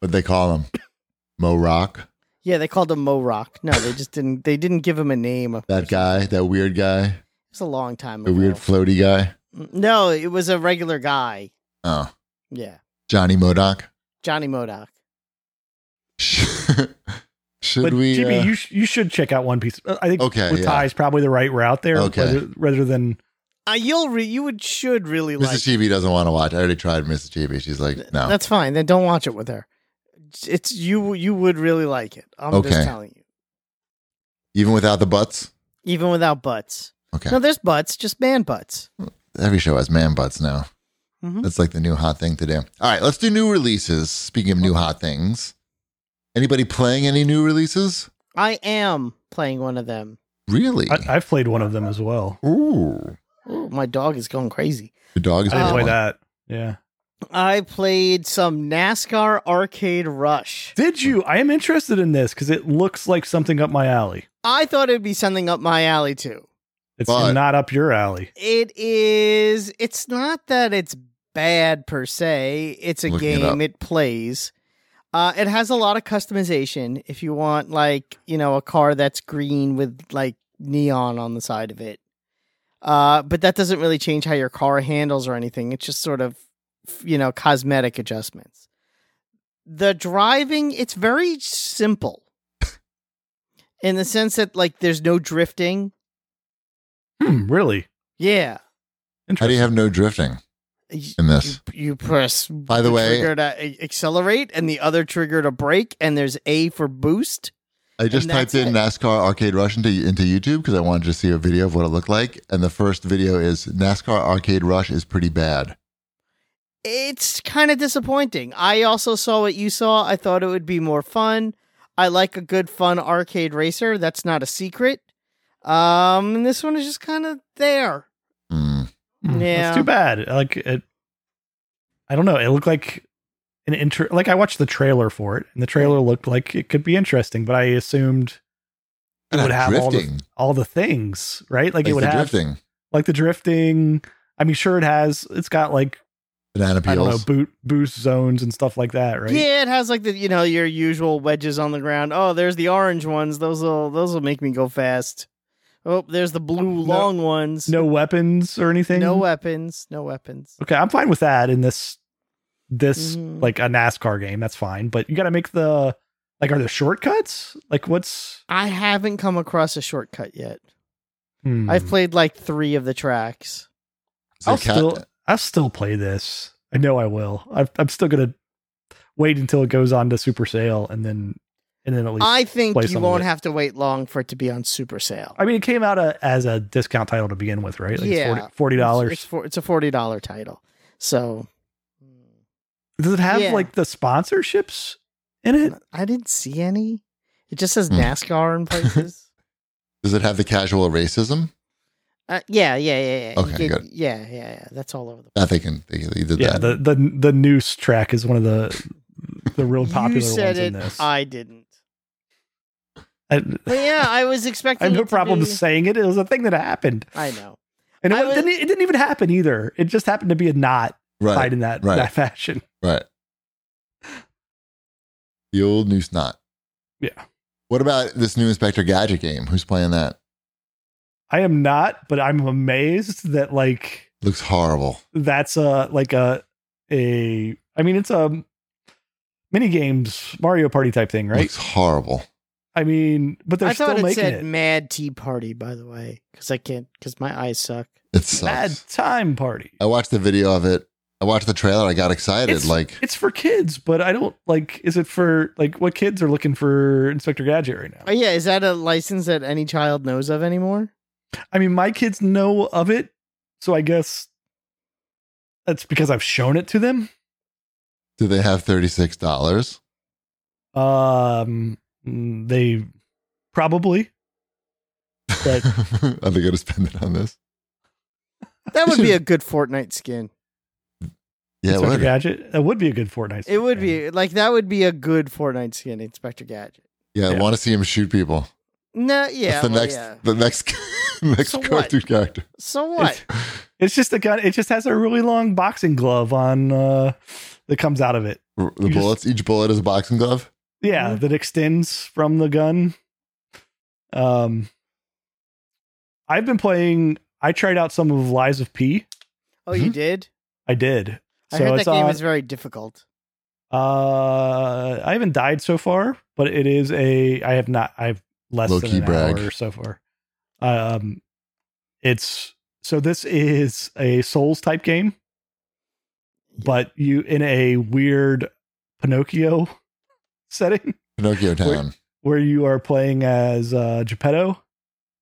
Speaker 1: what they call them? Mo Rock.
Speaker 2: yeah they called him Moroc. no they just didn't they didn't give him a name
Speaker 1: That guy, that weird guy,
Speaker 2: It was a long time
Speaker 1: the
Speaker 2: ago. Mm,
Speaker 1: weird floaty guy.
Speaker 2: no, it was a regular guy.
Speaker 1: Oh,
Speaker 2: Yeah.
Speaker 1: Johnny Modoc.
Speaker 2: Johnny Modoc.
Speaker 1: Sh- Should
Speaker 3: but
Speaker 1: we?
Speaker 3: Jimmy,
Speaker 1: uh,
Speaker 3: you sh- you should check out One Piece. Uh, I think
Speaker 1: Okay,
Speaker 3: with
Speaker 1: yeah.
Speaker 3: Ty is probably the right route there,
Speaker 1: Okay.
Speaker 3: rather, rather than
Speaker 2: Uh, you'll re- you would should really
Speaker 1: Mrs.
Speaker 2: like.
Speaker 1: Chibi doesn't want to watch. I already tried Mrs. Chibi. She's like, no.
Speaker 2: That's fine. Then don't watch it with her. It's you. You would really like it. I'm
Speaker 1: Okay.
Speaker 2: just telling you.
Speaker 1: Even without the butts?
Speaker 2: Even without butts.
Speaker 1: Okay.
Speaker 2: No, there's butts, just man butts.
Speaker 1: Every show has man butts now.
Speaker 2: Mhm.
Speaker 1: That's like the new hot thing to do. All right, let's do new releases. Speaking of new hot things, anybody playing any new releases?
Speaker 2: I am playing one of them.
Speaker 1: Really?
Speaker 3: I, I've played one of them as well.
Speaker 1: Ooh.
Speaker 2: Ooh, my dog is going crazy.
Speaker 1: The dog is
Speaker 3: I
Speaker 2: Oh.
Speaker 3: didn't play
Speaker 1: playing.
Speaker 3: that. Yeah.
Speaker 2: I played some NASCAR Arcade Rush.
Speaker 3: Did you? I am interested in this because it looks like something up my alley.
Speaker 2: I thought it'd be something up my alley too.
Speaker 3: It's
Speaker 1: But-
Speaker 3: not up your alley.
Speaker 2: It is. It's not that it's bad per se. It's a
Speaker 1: Looking it
Speaker 2: game.
Speaker 1: up.
Speaker 2: It, plays. Uh, it has a lot of customization. If you want, like you know, a car that's green with like neon on the side of it, uh, but that doesn't really change how your car handles or anything. It's just sort of you know cosmetic adjustments. The driving, it's very simple. In the sense that, like, there's no drifting.
Speaker 3: Hmm, really?
Speaker 2: Yeah.
Speaker 1: How do you have no drifting
Speaker 2: Y-
Speaker 1: in this?
Speaker 2: you, you press
Speaker 1: By the way-
Speaker 2: trigger to a- accelerate and the other trigger to brake and there's a for boost
Speaker 1: I just
Speaker 2: And
Speaker 1: typed
Speaker 2: that's
Speaker 1: in
Speaker 2: it.
Speaker 1: NASCAR Arcade Rush into, into YouTube because I wanted to see a video of what it looked like. And the first video is NASCAR Arcade Rush is pretty bad.
Speaker 2: it's kind of disappointing i also saw what you saw i thought it would be more fun i like a good fun arcade racer that's not a secret um and this one is just kind of there
Speaker 1: Hmm.
Speaker 3: Hmm,
Speaker 2: Yeah.
Speaker 3: That's too bad. Like it I don't know. It looked like an inter like I watched the trailer for it and the trailer
Speaker 2: Hmm.
Speaker 3: looked like it could be interesting, but I assumed it would have all the,
Speaker 1: drifting.
Speaker 3: all the things, right? Like
Speaker 1: Like
Speaker 3: it would
Speaker 1: the
Speaker 3: have
Speaker 1: drifting.
Speaker 3: like the drifting. I mean, sure it has it's got like
Speaker 1: Banana
Speaker 3: I don't know,
Speaker 1: peels.
Speaker 3: boot boost zones and stuff like that, right?
Speaker 2: yeah it has like the you know your usual wedges on the ground oh there's the orange ones those will those will make me go fast oh there's the blue long ones
Speaker 3: No weapons or anything.
Speaker 2: no weapons no weapons
Speaker 3: Okay, I'm fine with that in this this
Speaker 2: Mhm.
Speaker 3: like a NASCAR game. That's fine, but you got to make the like are there shortcuts? Like what's
Speaker 2: I haven't come across a shortcut yet.
Speaker 3: hmm.
Speaker 2: I've played like three of the tracks.
Speaker 1: Is it
Speaker 3: I'll
Speaker 1: cat-
Speaker 3: still I'll still play this. I know I will. I've, I'm still gonna wait until it goes on to super sale and then and then at least. I,
Speaker 2: I think
Speaker 3: play
Speaker 2: you
Speaker 3: some of
Speaker 2: won't
Speaker 3: it.
Speaker 2: have to wait long for it to be on super sale.
Speaker 3: mean, it came out uh as a discount title to begin with, right? Like
Speaker 2: Yeah.
Speaker 3: it's forty dollars.
Speaker 2: It's, it's, for, it's a forty dollar title. So
Speaker 3: Does it have
Speaker 2: yeah.
Speaker 3: like the sponsorships in it?
Speaker 2: hmm, I didn't see any. It just says
Speaker 1: Hmm.
Speaker 2: NASCAR in places.
Speaker 1: Does it have the casual racism?
Speaker 2: uh, yeah, yeah, yeah, yeah. You
Speaker 1: Okay,
Speaker 2: get-
Speaker 1: good.
Speaker 2: Yeah, yeah, yeah. That's all over the
Speaker 1: That they can. They, they did
Speaker 3: Yeah,
Speaker 1: that.
Speaker 3: the the the noose track is one of the the real popular
Speaker 2: You said
Speaker 3: ones
Speaker 2: it.
Speaker 3: in this.
Speaker 2: I didn't.
Speaker 3: I,
Speaker 2: But yeah, I was
Speaker 3: I
Speaker 2: expecting.
Speaker 3: have no
Speaker 2: it to
Speaker 3: problem
Speaker 2: be-
Speaker 3: saying it. It was a thing that happened,
Speaker 2: I know.
Speaker 3: and it,
Speaker 2: I
Speaker 3: wa-
Speaker 2: was-
Speaker 3: didn't, it didn't even happen either. It just happened to be a knot tied
Speaker 1: right.
Speaker 3: in that
Speaker 1: right.
Speaker 3: that fashion.
Speaker 1: Right. The old noose knot.
Speaker 3: Yeah.
Speaker 1: What about this new Inspector Gadget game? Who's playing that?
Speaker 3: I am not, but I'm amazed that like
Speaker 1: Looks horrible.
Speaker 3: that's a like a a I mean it's a mini games Mario Party type thing, right?
Speaker 1: Looks horrible.
Speaker 3: I mean, but they're
Speaker 2: I
Speaker 3: still
Speaker 2: thought it
Speaker 3: making
Speaker 2: said
Speaker 3: it.
Speaker 2: Mad Tea Party, by the way, because I can't because my eyes suck.
Speaker 1: It sucks.
Speaker 3: Mad Time Party.
Speaker 1: I watched the video of it. I watched the trailer. I got excited.
Speaker 3: It's-
Speaker 1: like
Speaker 3: It's for kids, but I don't like. Is it for like what kids are looking for Inspector Gadget right
Speaker 2: Oh
Speaker 3: now?
Speaker 2: yeah, is that a license that any child knows of anymore?
Speaker 3: I mean, my kids know of it, so I guess that's because I've shown it to them.
Speaker 1: do they have thirty six dollars?
Speaker 3: Um, they probably. But-
Speaker 1: Are they going to spend it on this?
Speaker 2: That would be a good Fortnite skin.
Speaker 1: Yeah, it
Speaker 3: Inspector
Speaker 1: would.
Speaker 3: Gadget. That would be a good Fortnite.
Speaker 2: It would
Speaker 3: skin.
Speaker 2: be like that would be a good Fortnite skin, Inspector Gadget.
Speaker 1: yeah, I
Speaker 3: Yeah.
Speaker 1: want to see him shoot people.
Speaker 2: No, yeah,
Speaker 1: That's the
Speaker 2: well,
Speaker 1: next.
Speaker 2: yeah.
Speaker 1: The next. next
Speaker 2: So what?
Speaker 1: cartoon character.
Speaker 2: So what?
Speaker 3: It's, it's just a gun. It just has a really long boxing glove on uh that comes out of it.
Speaker 1: The
Speaker 3: You just-
Speaker 1: bullets. Each bullet is a boxing glove.
Speaker 3: Yeah,
Speaker 2: Mhm.
Speaker 3: that extends from the gun. Um, I've been playing. I tried out some of Lies of P.
Speaker 2: Oh, you
Speaker 1: Hmm?
Speaker 2: did?
Speaker 3: I did.
Speaker 2: I
Speaker 3: so
Speaker 2: heard
Speaker 3: it's
Speaker 2: that game
Speaker 3: on,
Speaker 2: is very difficult.
Speaker 3: Uh, I haven't died so far, but it is a. I have not. I've less
Speaker 1: Low
Speaker 3: than
Speaker 1: key
Speaker 3: an
Speaker 1: brag.
Speaker 3: hour so far. Um, it's so this is a Souls type game, but you in a weird Pinocchio setting
Speaker 1: Pinocchio Town.
Speaker 3: where you are playing as uh, Geppetto,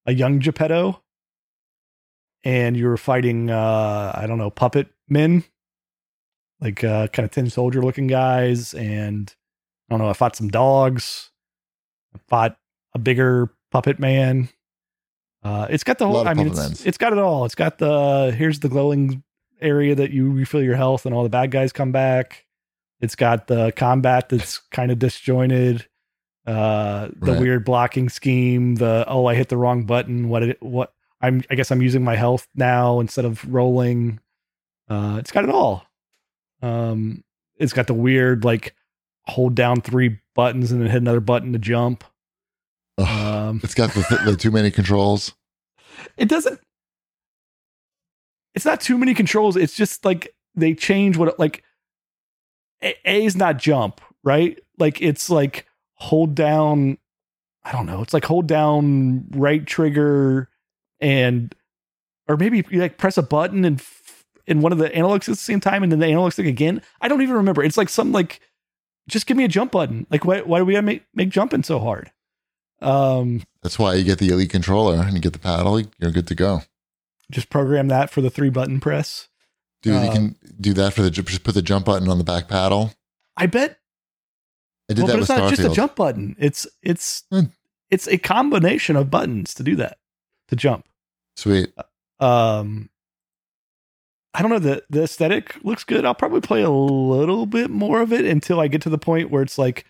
Speaker 3: a young Geppetto, and you're fighting uh, I don't know puppet men, like uh, kind of tin soldier looking guys, and I don't know. I fought some dogs, I fought a bigger puppet man. Uh, it's got the
Speaker 1: A
Speaker 3: whole.
Speaker 1: lot of
Speaker 3: I mean,
Speaker 1: puppet
Speaker 3: it's,
Speaker 1: mans.
Speaker 3: it's got it all. It's got the here's the glowing area that you refill your health, and all the bad guys come back. It's got the combat that's kind of disjointed. Uh, the
Speaker 1: Right.
Speaker 3: weird blocking scheme. The oh, I hit the wrong button. What? It, what? I'm. I guess I'm using my health now instead of rolling. Uh, it's got it all. Um, it's got the weird like hold down three buttons and then hit another button to jump.
Speaker 1: Ugh.
Speaker 3: Um,
Speaker 1: It's got the, th- the too many controls.
Speaker 3: it doesn't. It's not too many controls. It's just like they change what like A, a is not jump right. Like it's like hold down. I don't know. It's like hold down right trigger and or maybe you like press a button and f- and one of the analogs at the same time and then the analog stick again. I don't even remember. It's like some like just give me a jump button. Like why why do we gotta make make jumping so hard? Um.
Speaker 1: That's why you get the elite controller and you get the paddle. You're good to go.
Speaker 3: just program that for the three button press.
Speaker 1: Dude, you
Speaker 3: Uh,
Speaker 1: can do that for the ju- just put the jump button on the back paddle.
Speaker 3: I bet.
Speaker 1: I did
Speaker 3: Well,
Speaker 1: that
Speaker 3: but
Speaker 1: with
Speaker 3: it's not
Speaker 1: Starfield.
Speaker 3: just a jump button. It's it's
Speaker 1: Hmm.
Speaker 3: it's a combination of buttons to do that to jump.
Speaker 1: Sweet.
Speaker 3: Um, I don't know. The the aesthetic looks good. I'll probably play a little bit more of it until I get to the point where it's like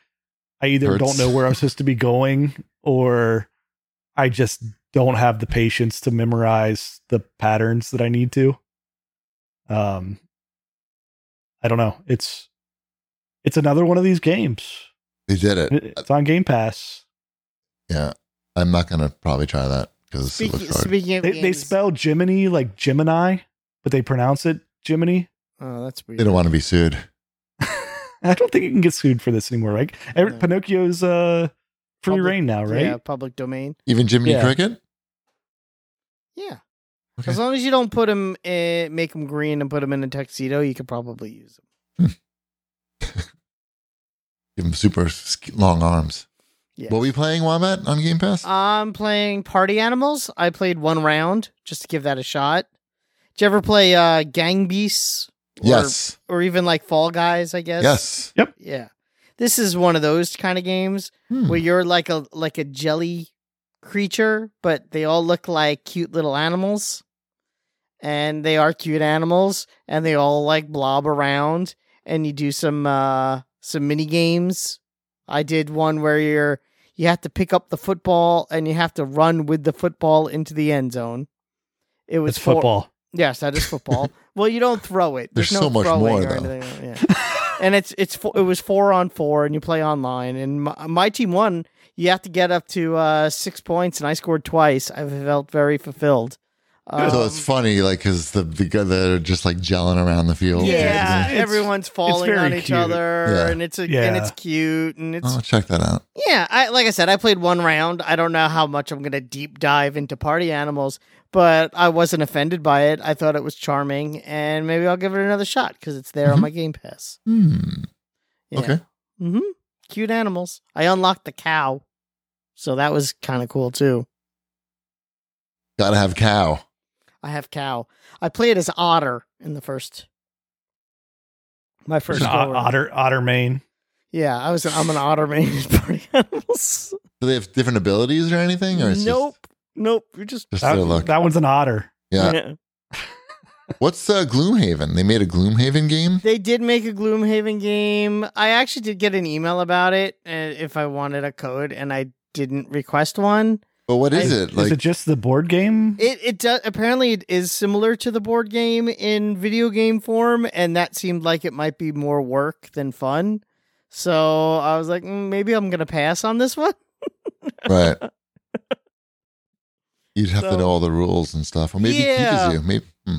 Speaker 3: I either
Speaker 1: Hurts.
Speaker 3: don't know where I'm supposed to be going or I just don't have the patience to memorize the patterns that I need to. Um, I don't know. It's it's another one of these games.
Speaker 1: They did it.
Speaker 3: It's on Game Pass.
Speaker 1: Yeah. I'm not going to probably try that because it
Speaker 2: Speaking,
Speaker 1: looks hard.
Speaker 2: speaking of
Speaker 3: They,
Speaker 2: games,
Speaker 3: they spell Jiminy like Gemini, but they pronounce it Jiminy.
Speaker 2: Oh, that's weird.
Speaker 1: They don't want to be sued.
Speaker 3: I don't think you can get sued for this anymore, right? Every,
Speaker 2: No.
Speaker 3: Pinocchio's uh, free
Speaker 2: Public-
Speaker 3: reign now, right?
Speaker 2: Yeah, public domain.
Speaker 1: Even Jiminy
Speaker 3: Yeah.
Speaker 1: Cricket?
Speaker 2: Yeah.
Speaker 1: Okay.
Speaker 2: As long as you don't put him, uh, make him green and put him in a tuxedo, you could probably use him.
Speaker 1: Give him super sk- long arms.
Speaker 2: Yeah.
Speaker 1: What were we playing, Wombat, on Game
Speaker 3: Uh,
Speaker 1: Pass?
Speaker 2: I'm playing Party Animals. I played one round just to give that a shot. Did you ever play uh, Gang Beasts? Or,
Speaker 1: yes.
Speaker 2: Or even like Fall Guys, I guess.
Speaker 1: Yes.
Speaker 2: Yeah. This is one of those kind of games
Speaker 1: Hmm.
Speaker 2: where you're like a like a jelly creature, but they all look like cute little animals. And they are cute animals and they all like blob around and you do some uh some mini games. I did one where you're you have to pick up the football and you have to run with the football into the end zone. It was
Speaker 3: It's
Speaker 2: four-
Speaker 3: football.
Speaker 2: Yes, that is football. well, you don't throw it.
Speaker 1: There's
Speaker 2: no
Speaker 1: so much
Speaker 2: throwing
Speaker 1: more,
Speaker 2: or
Speaker 1: though.
Speaker 2: anything. Yeah. and it's it's fo- it was four on four, and you play online. And my, my team won. You have to get up to uh, six points, and I scored twice. I felt very fulfilled.
Speaker 1: so
Speaker 2: Um,
Speaker 1: it's funny, like, because the, because they're just like gelling around the field.
Speaker 2: yeah,
Speaker 3: it's-
Speaker 2: everyone's falling
Speaker 3: very
Speaker 2: on each
Speaker 3: cute.
Speaker 2: other,
Speaker 1: Yeah.
Speaker 2: and it's a, and
Speaker 3: Yeah.
Speaker 2: it's cute, and it's
Speaker 1: Oh, check that out.
Speaker 2: Yeah, I like I said, I played one round. I don't know how much I'm gonna deep dive into party animals, but I wasn't offended by it. I thought it was charming, and maybe I'll give it another shot because it's there on
Speaker 1: Mhm.
Speaker 2: my Game Pass.
Speaker 1: Hmm.
Speaker 2: Yeah.
Speaker 1: Okay.
Speaker 2: Mm-hmm. Cute animals. I unlocked the cow, so that was kind of cool too.
Speaker 1: Gotta have cow.
Speaker 2: I have cow. I played as otter in the first. My first
Speaker 3: It's an o-
Speaker 2: go-around.
Speaker 3: otter, otter mane.
Speaker 2: Yeah, I was. An, I'm an otter main in party animals.
Speaker 1: Do they have different abilities or anything? Or it's
Speaker 2: nope, nope. You're just
Speaker 1: Just, just their
Speaker 3: That,
Speaker 1: look.
Speaker 3: that one's an otter.
Speaker 1: Yeah. What's uh, Gloomhaven? They made a Gloomhaven game.
Speaker 2: They did make a Gloomhaven game. I actually did get an email about it uh, if I wanted a code, and I didn't request one.
Speaker 1: But what is
Speaker 2: I-
Speaker 1: it like?
Speaker 3: Is it just the board game?
Speaker 2: It it does apparently it is similar to the board game in video game form, and that seemed like it might be more work than fun. So I was like, "Mm, maybe I'm gonna pass on this one.
Speaker 1: right. You'd have to
Speaker 2: So-
Speaker 1: know all the rules and stuff, or maybe
Speaker 2: Yeah.
Speaker 1: Pikachu. Maybe hmm.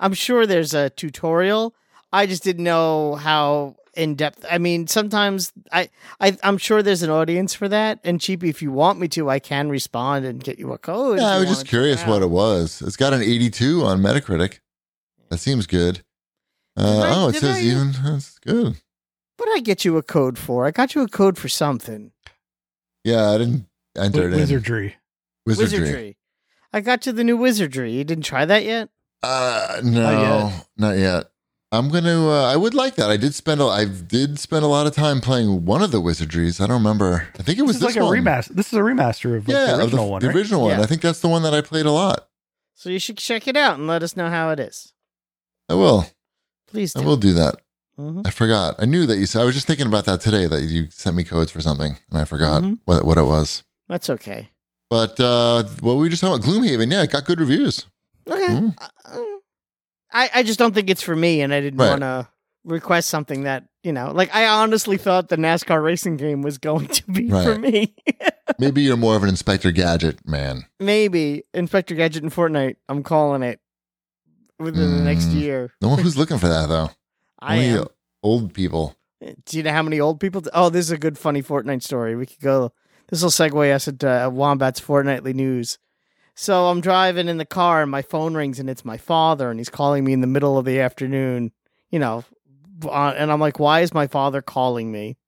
Speaker 2: I'm sure there's a tutorial. I just didn't know how in depth. I mean, sometimes I, I I'm sure there's an audience for that. And cheapy, if you want me to, I can respond and get you a code.
Speaker 1: Yeah, I
Speaker 2: if you
Speaker 1: was just
Speaker 2: wanna check
Speaker 1: curious
Speaker 2: out.
Speaker 1: what it was. It's got an 82 on Metacritic. That seems good. Uh,
Speaker 2: I-
Speaker 1: oh, it
Speaker 2: did
Speaker 1: says
Speaker 2: I-
Speaker 1: even. That's good.
Speaker 2: What did I get you a code for? I got you a code for something.
Speaker 1: Yeah, I didn't enter it in.
Speaker 3: Wizardry.
Speaker 1: Wizardry.
Speaker 2: I got you the new wizardry. You didn't try that yet?
Speaker 1: Uh, no, not yet. I'm gonna. Uh, I would like that. I did spend. A, I did spend a lot of time playing one of the wizardries. I don't remember. I think it was
Speaker 3: This is
Speaker 1: this,
Speaker 3: like a
Speaker 1: one.
Speaker 3: remaster. This is a remaster of like,
Speaker 1: Yeah,
Speaker 3: the
Speaker 1: of
Speaker 3: original one,
Speaker 1: the
Speaker 3: right?
Speaker 1: original one.
Speaker 2: Yeah.
Speaker 1: I think that's the one that I played a lot.
Speaker 2: So you should check it out and let us know how it is.
Speaker 1: I will.
Speaker 2: Please do.
Speaker 1: I will do that.
Speaker 2: Mhm.
Speaker 1: I forgot. I knew that you. said I was just thinking about that today. That you sent me codes for something, and I forgot
Speaker 3: Mm-hmm.
Speaker 2: Mhm.
Speaker 1: what what it was.
Speaker 2: That's okay.
Speaker 1: But uh, what were we just talking about? Gloomhaven. Yeah, it got good reviews.
Speaker 2: Okay.
Speaker 1: Hmm.
Speaker 2: Uh, I, I just don't think it's for me, and I didn't
Speaker 1: Right.
Speaker 2: want to request something that, you know, like I honestly thought the NASCAR racing game was going to be for
Speaker 1: Right.
Speaker 2: me.
Speaker 1: Maybe you're more of an Inspector Gadget man.
Speaker 2: Maybe Inspector Gadget and Fortnite, I'm calling it within the next
Speaker 1: Mm.
Speaker 2: year.
Speaker 1: No one who's looking for that though.
Speaker 2: I
Speaker 1: Only
Speaker 2: am.
Speaker 1: old people.
Speaker 2: Do you know how many old people? d- oh, this is a good funny Fortnite story. We could go. This will segue us into uh, Wombat's Fortnightly news. So I'm driving in the car and my phone rings and it's my father and he's calling me in the middle of the afternoon, you know, b- on- and I'm like, why is my father calling me?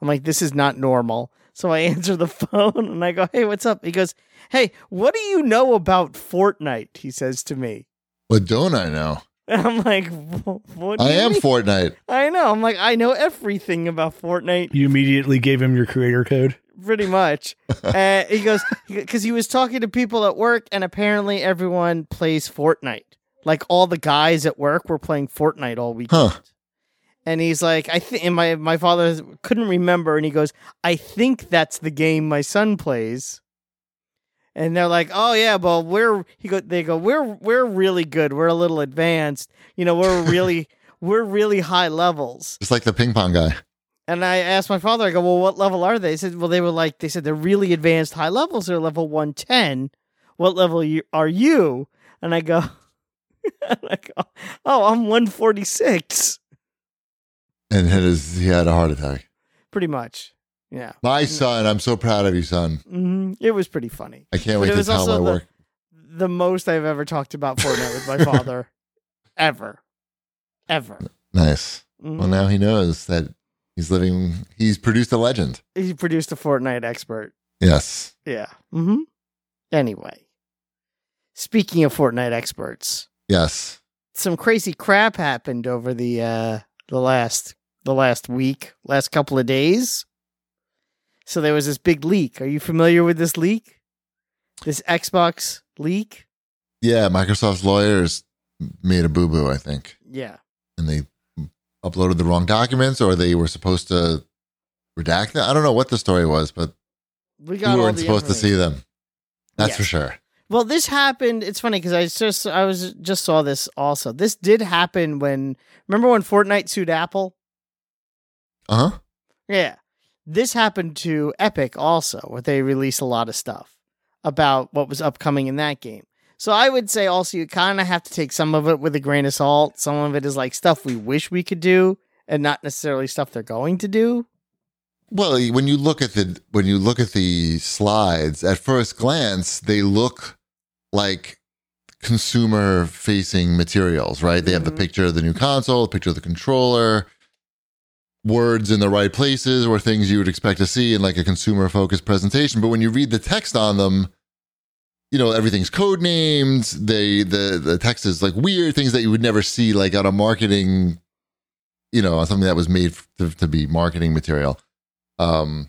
Speaker 2: I'm like, this is not normal. So I answer the phone and I go, hey, what's up? He goes, hey, what do you know about Fortnite? He says to me.
Speaker 1: But don't I know?
Speaker 2: And I'm like, "Wh- what? do
Speaker 1: I
Speaker 2: you
Speaker 1: am
Speaker 2: mean?"
Speaker 1: Fortnite.
Speaker 2: I know. I'm like, I know everything about Fortnite.
Speaker 3: You immediately gave him your creator code.
Speaker 2: pretty much. uh, he goes because he was talking to people at work, and apparently everyone plays Fortnite. Like all the guys at work were playing Fortnite all weekend.
Speaker 1: Huh.
Speaker 2: And he's like, I think and my my father couldn't remember, and he goes, I think that's the game my son plays. And they're like, oh yeah, well we're he go they go we're we're really good, we're a little advanced, you know, we're really we're really high levels.
Speaker 1: Just like the ping pong guy.
Speaker 2: And I asked my father, I go, well, what level are they? He said, well, they were like, they said they're really advanced high levels. They're level 110. What level you- are you? And I go, and I go, oh, I'm 146,
Speaker 1: And it is, he had a heart attack.
Speaker 2: pretty much. Yeah.
Speaker 1: My son, I'm so proud of you, son.
Speaker 2: hmm It was pretty funny.
Speaker 1: I can't
Speaker 2: But
Speaker 1: wait
Speaker 2: it
Speaker 1: to
Speaker 2: was
Speaker 1: tell my
Speaker 2: also the,
Speaker 1: work.
Speaker 2: the most I've ever talked about Fortnite with my father ever. Ever.
Speaker 1: Nice.
Speaker 2: Mhm.
Speaker 1: Well, now he knows that he's living, he's produced a legend.
Speaker 2: He produced a Fortnite expert.
Speaker 1: Yes.
Speaker 2: Yeah. Mm-hmm. Anyway, speaking of Fortnite experts,
Speaker 1: Yes.
Speaker 2: some crazy crap happened over the uh the last the last week, last couple of days. So there was this big leak. Are you familiar with this leak? This Xbox leak?
Speaker 1: Yeah. Microsoft's lawyers made a boo boo, I think.
Speaker 2: Yeah.
Speaker 1: And they uploaded the wrong documents or they were supposed to redact them. I don't know what the story was, but
Speaker 2: We
Speaker 1: we
Speaker 2: got all
Speaker 1: weren't
Speaker 2: the
Speaker 1: supposed to
Speaker 2: information.
Speaker 1: see them. That's
Speaker 2: Yes.
Speaker 1: for sure.
Speaker 2: Well, this happened. It's funny because I just I was just saw this also. This did happen when remember when Fortnite sued Apple?
Speaker 1: Uh huh.
Speaker 2: Yeah. This happened to Epic also, where they released a lot of stuff about what was upcoming in that game. So I would say also you kind of have to take some of it with a grain of salt. Some of it is like stuff we wish we could do and not necessarily stuff they're going to do.
Speaker 1: Well, when you look at the when you look at the slides, at first glance, they look like consumer facing materials, right? They have the
Speaker 2: Mhm.
Speaker 1: picture of the new console, picture of the controller, words in the right places or things you would expect to see in like a consumer focused presentation. But when you read the text on them, you know, everything's code names, they the the text is like weird things that you would never see like on a marketing you know, on something that was made f- to, to be marketing material um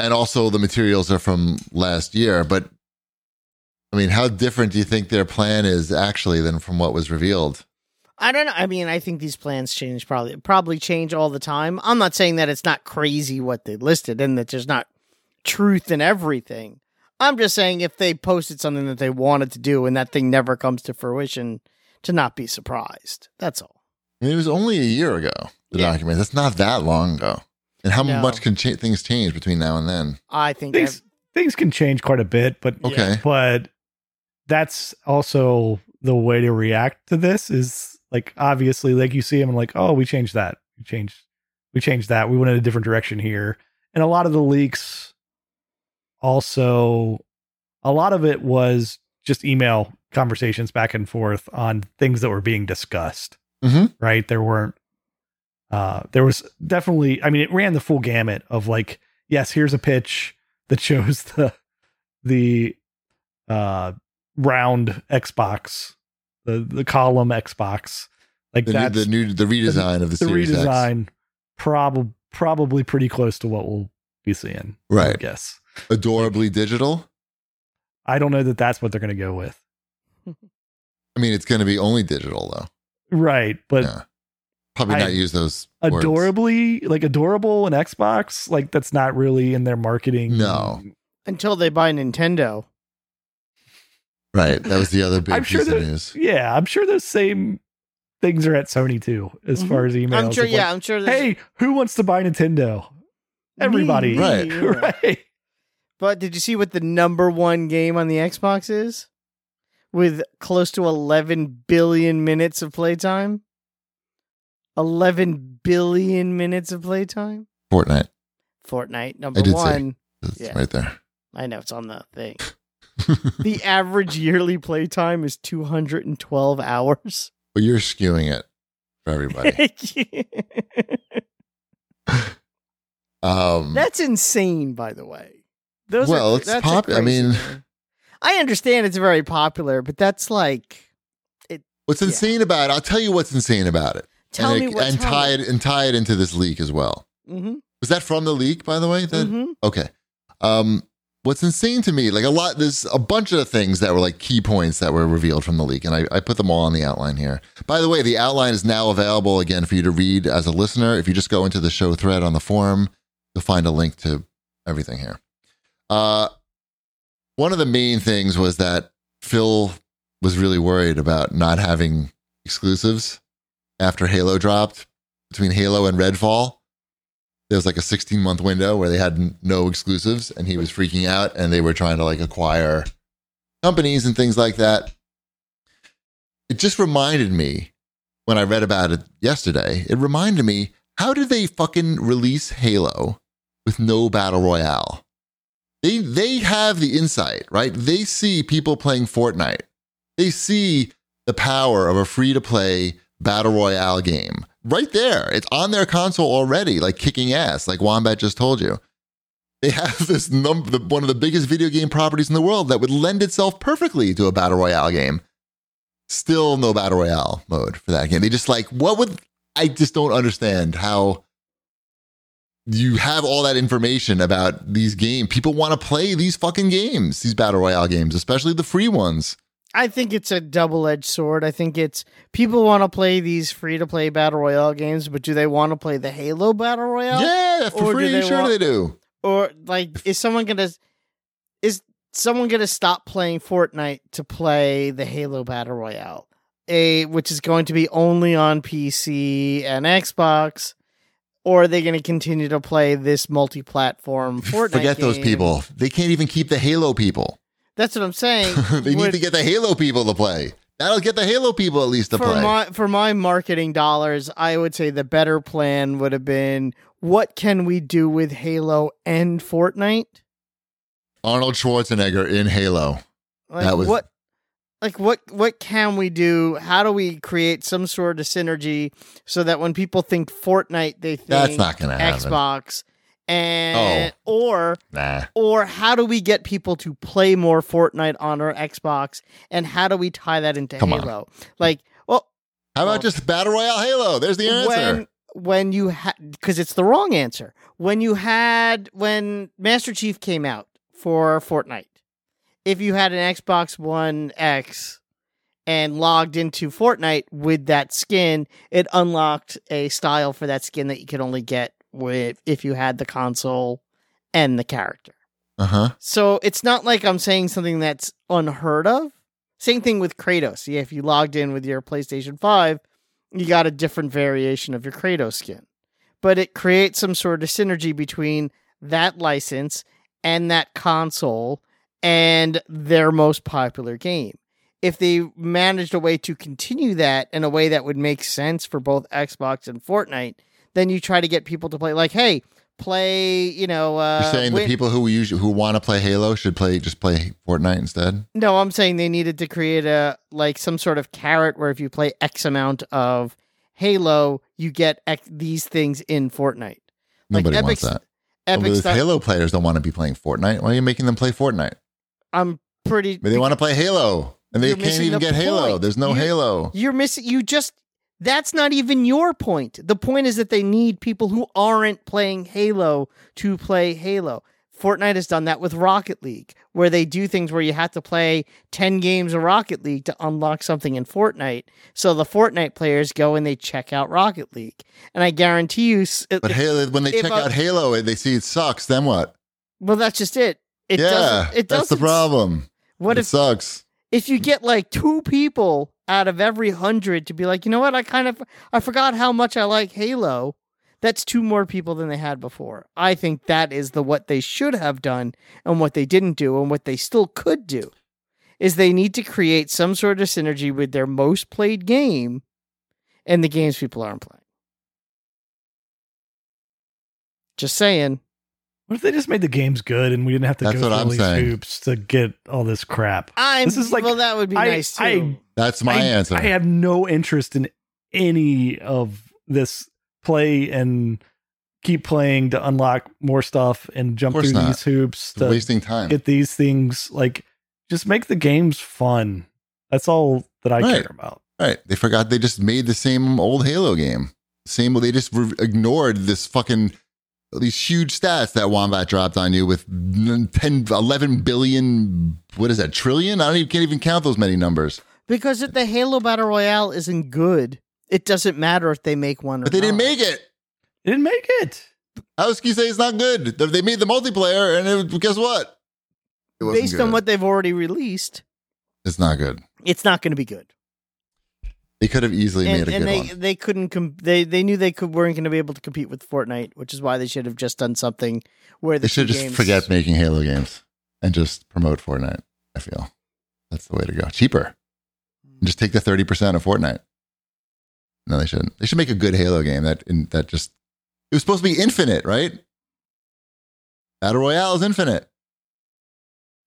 Speaker 1: and also the materials are from last year but i mean how different do you think their plan is actually than from what was revealed
Speaker 2: I don't know. I mean, I think these plans change probably probably change all the time. I'm not saying that it's not crazy what they listed and that there's not truth in everything. I'm just saying if they posted something that they wanted to do and that thing never comes to fruition, to not be surprised. That's all.
Speaker 1: i mean it was only a year ago the
Speaker 2: Yeah.
Speaker 1: document that's not that long ago and how
Speaker 2: No.
Speaker 1: much can cha- things change between now and then
Speaker 2: I think
Speaker 3: Things things can change quite a bit, but
Speaker 2: Yeah.
Speaker 1: okay
Speaker 3: but that's also the way to react to this is like obviously like you see him and like oh we changed that we changed we changed that. We went in a different direction here. And a lot of the leaks also a lot of it was just email conversations back and forth on things that were being discussed.
Speaker 1: Mhm.
Speaker 3: Right? There weren't uh there was definitely I mean it ran the full gamut of like yes, here's a pitch that shows the the uh round Xbox, the the column Xbox. Like
Speaker 1: The, new,
Speaker 3: that's
Speaker 1: the new the redesign of the,
Speaker 3: the
Speaker 1: Series X.
Speaker 3: redesign probably probably pretty close to what we'll be seeing i
Speaker 1: Right.
Speaker 3: guess
Speaker 1: Adorably digital.
Speaker 3: i don't know that that's what they're going to go with
Speaker 1: I mean, it's going to be only digital though.
Speaker 3: right but
Speaker 1: Yeah. Probably
Speaker 3: I-
Speaker 1: not use those words.
Speaker 3: adorably like adorable and xbox like that's not really in their marketing
Speaker 1: No.
Speaker 2: until they buy Nintendo.
Speaker 1: Right. That was the other big
Speaker 3: I'm sure
Speaker 1: piece of
Speaker 3: that-
Speaker 1: news.
Speaker 3: yeah i'm sure those same things are at sony too as
Speaker 1: Mm-hmm.
Speaker 2: Mhm.
Speaker 3: far as emails
Speaker 2: I'm sure.
Speaker 3: of like,
Speaker 2: Yeah, I'm sure. there's-
Speaker 3: hey who wants to buy nintendo everybody
Speaker 2: Me,
Speaker 1: Right.
Speaker 2: yeah.
Speaker 3: right
Speaker 2: But did you see what the number one game on the Xbox is? With close to 11 billion minutes of playtime? 11 billion minutes of playtime?
Speaker 1: Fortnite.
Speaker 2: Fortnite, number
Speaker 1: did see.
Speaker 2: one.
Speaker 1: It's
Speaker 2: Yeah.
Speaker 1: right there.
Speaker 2: I know it's on the thing. the average yearly playtime is 212 hours.
Speaker 1: But you're skewing it for everybody. Um,
Speaker 2: That's insane, by the way. Those
Speaker 1: Well,
Speaker 2: are,
Speaker 1: it's
Speaker 2: that's a
Speaker 1: pop- I
Speaker 2: crazy
Speaker 1: mean-
Speaker 2: number. I understand it's very popular, but that's like,
Speaker 1: what's
Speaker 2: yeah.
Speaker 1: insane about it? I'll tell you what's insane about it.
Speaker 2: tell
Speaker 1: and
Speaker 2: me
Speaker 1: it-
Speaker 2: what's
Speaker 1: and tie it and tie it into this leak as well.
Speaker 2: Mm-hmm.
Speaker 1: Was that from the leak, by the way? That
Speaker 2: hmm
Speaker 1: okay. Um, what's insane to me, like a lot, there's a bunch of things that were like key points that were revealed from the leak, and I, I put them all on the outline here. By the way, the outline is now available again for you to read as a listener. If you just go into the show thread on the forum, you'll find a link to everything here. Uh, one of the main things was that Phil was really worried about not having exclusives after Halo dropped between Halo and Redfall. There was like a 16 month window where they had n- no exclusives and he was freaking out and they were trying to like acquire companies and things like that. It just reminded me when I read about it yesterday, it reminded me how did they fucking release Halo with no battle royale? They they have the insight, right? They see people playing Fortnite. They see the power of a free to play battle royale game right there. It's on their console already, like kicking ass, like Wombat just told you. They have this num- the, one of the biggest video game properties in the world that would lend itself perfectly to a battle royale game. Still no battle royale mode for that game. They just like, what would I just don't understand how you have all that information about these games. People want to play these fucking games, these battle royale games, especially the free ones.
Speaker 2: I think it's a double edged sword. I think it's people want to play these free to play battle royale games, but do they want to play the Halo battle royale?
Speaker 1: Yeah, for
Speaker 2: Or do
Speaker 1: free.
Speaker 2: they
Speaker 1: sure
Speaker 2: want-
Speaker 1: they do.
Speaker 2: Or like, is someone gonna is someone gonna stop playing Fortnite to play the Halo battle royale? A which is going to be only on PC and Xbox, or are they going to continue to play this multi platform Fortnite?
Speaker 1: Forget those
Speaker 2: game?
Speaker 1: people. They can't even keep the Halo people.
Speaker 2: That's what I'm saying.
Speaker 1: they need
Speaker 2: Would-
Speaker 1: to get the Halo people to play. That'll get the Halo people at least to
Speaker 2: for
Speaker 1: play.
Speaker 2: my for my marketing dollars, I would say the better plan would have been what can we do with Halo and Fortnite?
Speaker 1: Arnold Schwarzenegger in Halo.
Speaker 2: Like
Speaker 1: That was-
Speaker 2: what like what what can we do? How do we create some sort of synergy so that when people think Fortnite they think
Speaker 1: That's not going to happen. Oh.
Speaker 2: Xbox and or
Speaker 1: Nah.
Speaker 2: or how do we get people to play more Fortnite on our Xbox and how do we tie that into
Speaker 1: Come on.
Speaker 2: Halo? Like well
Speaker 1: How
Speaker 2: Well-
Speaker 1: about just Battle Royale Halo? There's the answer.
Speaker 2: When when you had because it's the wrong answer. When you had when Master Chief came out for Fortnite, if you had an Xbox One X and logged into Fortnite with that skin, it unlocked a style for that skin that you could only get with if you had the console and the character.
Speaker 1: uh huh.
Speaker 2: So it's not like I'm saying something that's unheard of. Same thing with Kratos. Yeah, if you logged in with your PlayStation 5, you got a different variation of your Kratos skin. But it creates some sort of synergy between that license and that console and their most popular game. If they managed a way to continue that in a way that would make sense for both Xbox and Fortnite, then you try to get people to play. Like, hey, play. You know, uh,
Speaker 1: You're saying
Speaker 2: Win-
Speaker 1: the people who usually who want to play Halo should play just play Fortnite instead.
Speaker 2: No, I'm saying they needed to create a like some sort of carrot where if you play X amount of Halo, you get X, these things in Fortnite. Like
Speaker 1: Nobody wants
Speaker 2: Epic's-
Speaker 1: that. Well,
Speaker 2: Epic
Speaker 1: those
Speaker 2: Star-
Speaker 1: Halo players don't want to be playing Fortnite. Why are you making them play Fortnite?
Speaker 2: I'm pretty.
Speaker 1: But they want to play Halo, and they
Speaker 2: You're
Speaker 1: can't
Speaker 2: missing
Speaker 1: even
Speaker 2: the
Speaker 1: get Halo.
Speaker 2: point.
Speaker 1: There's no
Speaker 2: You-
Speaker 1: Halo.
Speaker 2: You're missing. You just. That's not even your point. The point is that they need people who aren't playing Halo to play Halo. Fortnite has done that with Rocket League, where they do things where you have to play 10 games of Rocket League to unlock something in Fortnite. So the Fortnite players go and they check out Rocket League. And I guarantee you, s-
Speaker 1: But Halo, when they
Speaker 2: if
Speaker 1: check
Speaker 2: I-
Speaker 1: out Halo and they see it sucks, then what?
Speaker 2: well, that's just it. It
Speaker 1: yeah,
Speaker 2: doesn't. It
Speaker 1: that's
Speaker 2: doesn't.
Speaker 1: the problem.
Speaker 2: What
Speaker 1: it
Speaker 2: if
Speaker 1: sucks?
Speaker 2: if you get like two people out of every hundred to be like, you know what, I kind of I forgot how much I like Halo. That's two more people than they had before. I think that is the what they should have done and what they didn't do and what they still could do is they need to create some sort of synergy with their most played game and the games people aren't playing. Just saying.
Speaker 3: What if they just made the games good and we didn't have to
Speaker 1: That's what
Speaker 3: go through
Speaker 1: I'm
Speaker 3: all these
Speaker 1: saying.
Speaker 3: hoops to get all this crap?
Speaker 2: I'm
Speaker 3: This is like-
Speaker 2: well that would be
Speaker 3: I-
Speaker 2: nice too.
Speaker 3: I-
Speaker 1: That's my
Speaker 3: I,
Speaker 1: answer.
Speaker 3: I have no interest in any of this play and keep playing to unlock more stuff and jump
Speaker 1: Of course
Speaker 3: through
Speaker 1: not.
Speaker 3: these hoops
Speaker 1: It's
Speaker 3: to
Speaker 1: wasting time.
Speaker 3: get these things. Like, just make the games fun. That's all that I
Speaker 1: Right.
Speaker 3: care about.
Speaker 1: Right. They forgot they just made the same old Halo game. Same, they just re- ignored this fucking, these huge stats that Wombat dropped on you with 10, 11 billion, what is that, trillion? I don't even, can't even count those many numbers.
Speaker 2: Because if the Halo Battle Royale isn't good, it doesn't matter if they make one or
Speaker 1: But they didn't
Speaker 2: not.
Speaker 1: make it.
Speaker 3: They didn't make it.
Speaker 1: How can you say it's not good? They- They made the multiplayer, and it, guess what? It wasn't
Speaker 2: Based
Speaker 1: good.
Speaker 2: on what they've already released,
Speaker 1: It's not good.
Speaker 2: it's not going to be good.
Speaker 1: They could have easily
Speaker 2: and
Speaker 1: made a
Speaker 2: and
Speaker 1: good
Speaker 2: they,
Speaker 1: one.
Speaker 2: they couldn't com- they they knew they could weren't going to be able to compete with Fortnite, which is why they should have just done something where the
Speaker 1: They should
Speaker 2: two
Speaker 1: just
Speaker 2: games-
Speaker 1: forget making Halo games and just promote Fortnite. I feel that's the way to go. Cheaper.
Speaker 2: Hmm.
Speaker 1: Just take the thirty percent of Fortnite. No, they shouldn't. They should make a good Halo game that in, that just it was supposed to be infinite, right? Battle Royale is infinite.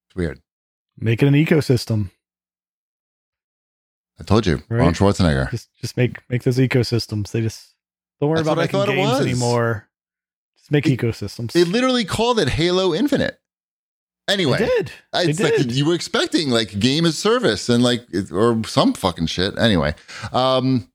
Speaker 1: It's weird.
Speaker 3: Make it an ecosystem.
Speaker 1: I told you,
Speaker 3: Right.
Speaker 1: Ron Schwarzenegger.
Speaker 3: Just just make make those ecosystems. They just don't worry
Speaker 1: That's
Speaker 3: about
Speaker 1: what I
Speaker 3: making
Speaker 1: thought it
Speaker 3: games
Speaker 1: was.
Speaker 3: anymore. Just make
Speaker 1: They-
Speaker 3: ecosystems.
Speaker 1: They literally called it Halo Infinite.
Speaker 3: They
Speaker 1: Anyway,
Speaker 3: did.
Speaker 1: I
Speaker 3: They
Speaker 1: it's like
Speaker 3: did.
Speaker 1: you were expecting like game as service and like it- or some fucking shit. Anyway, um,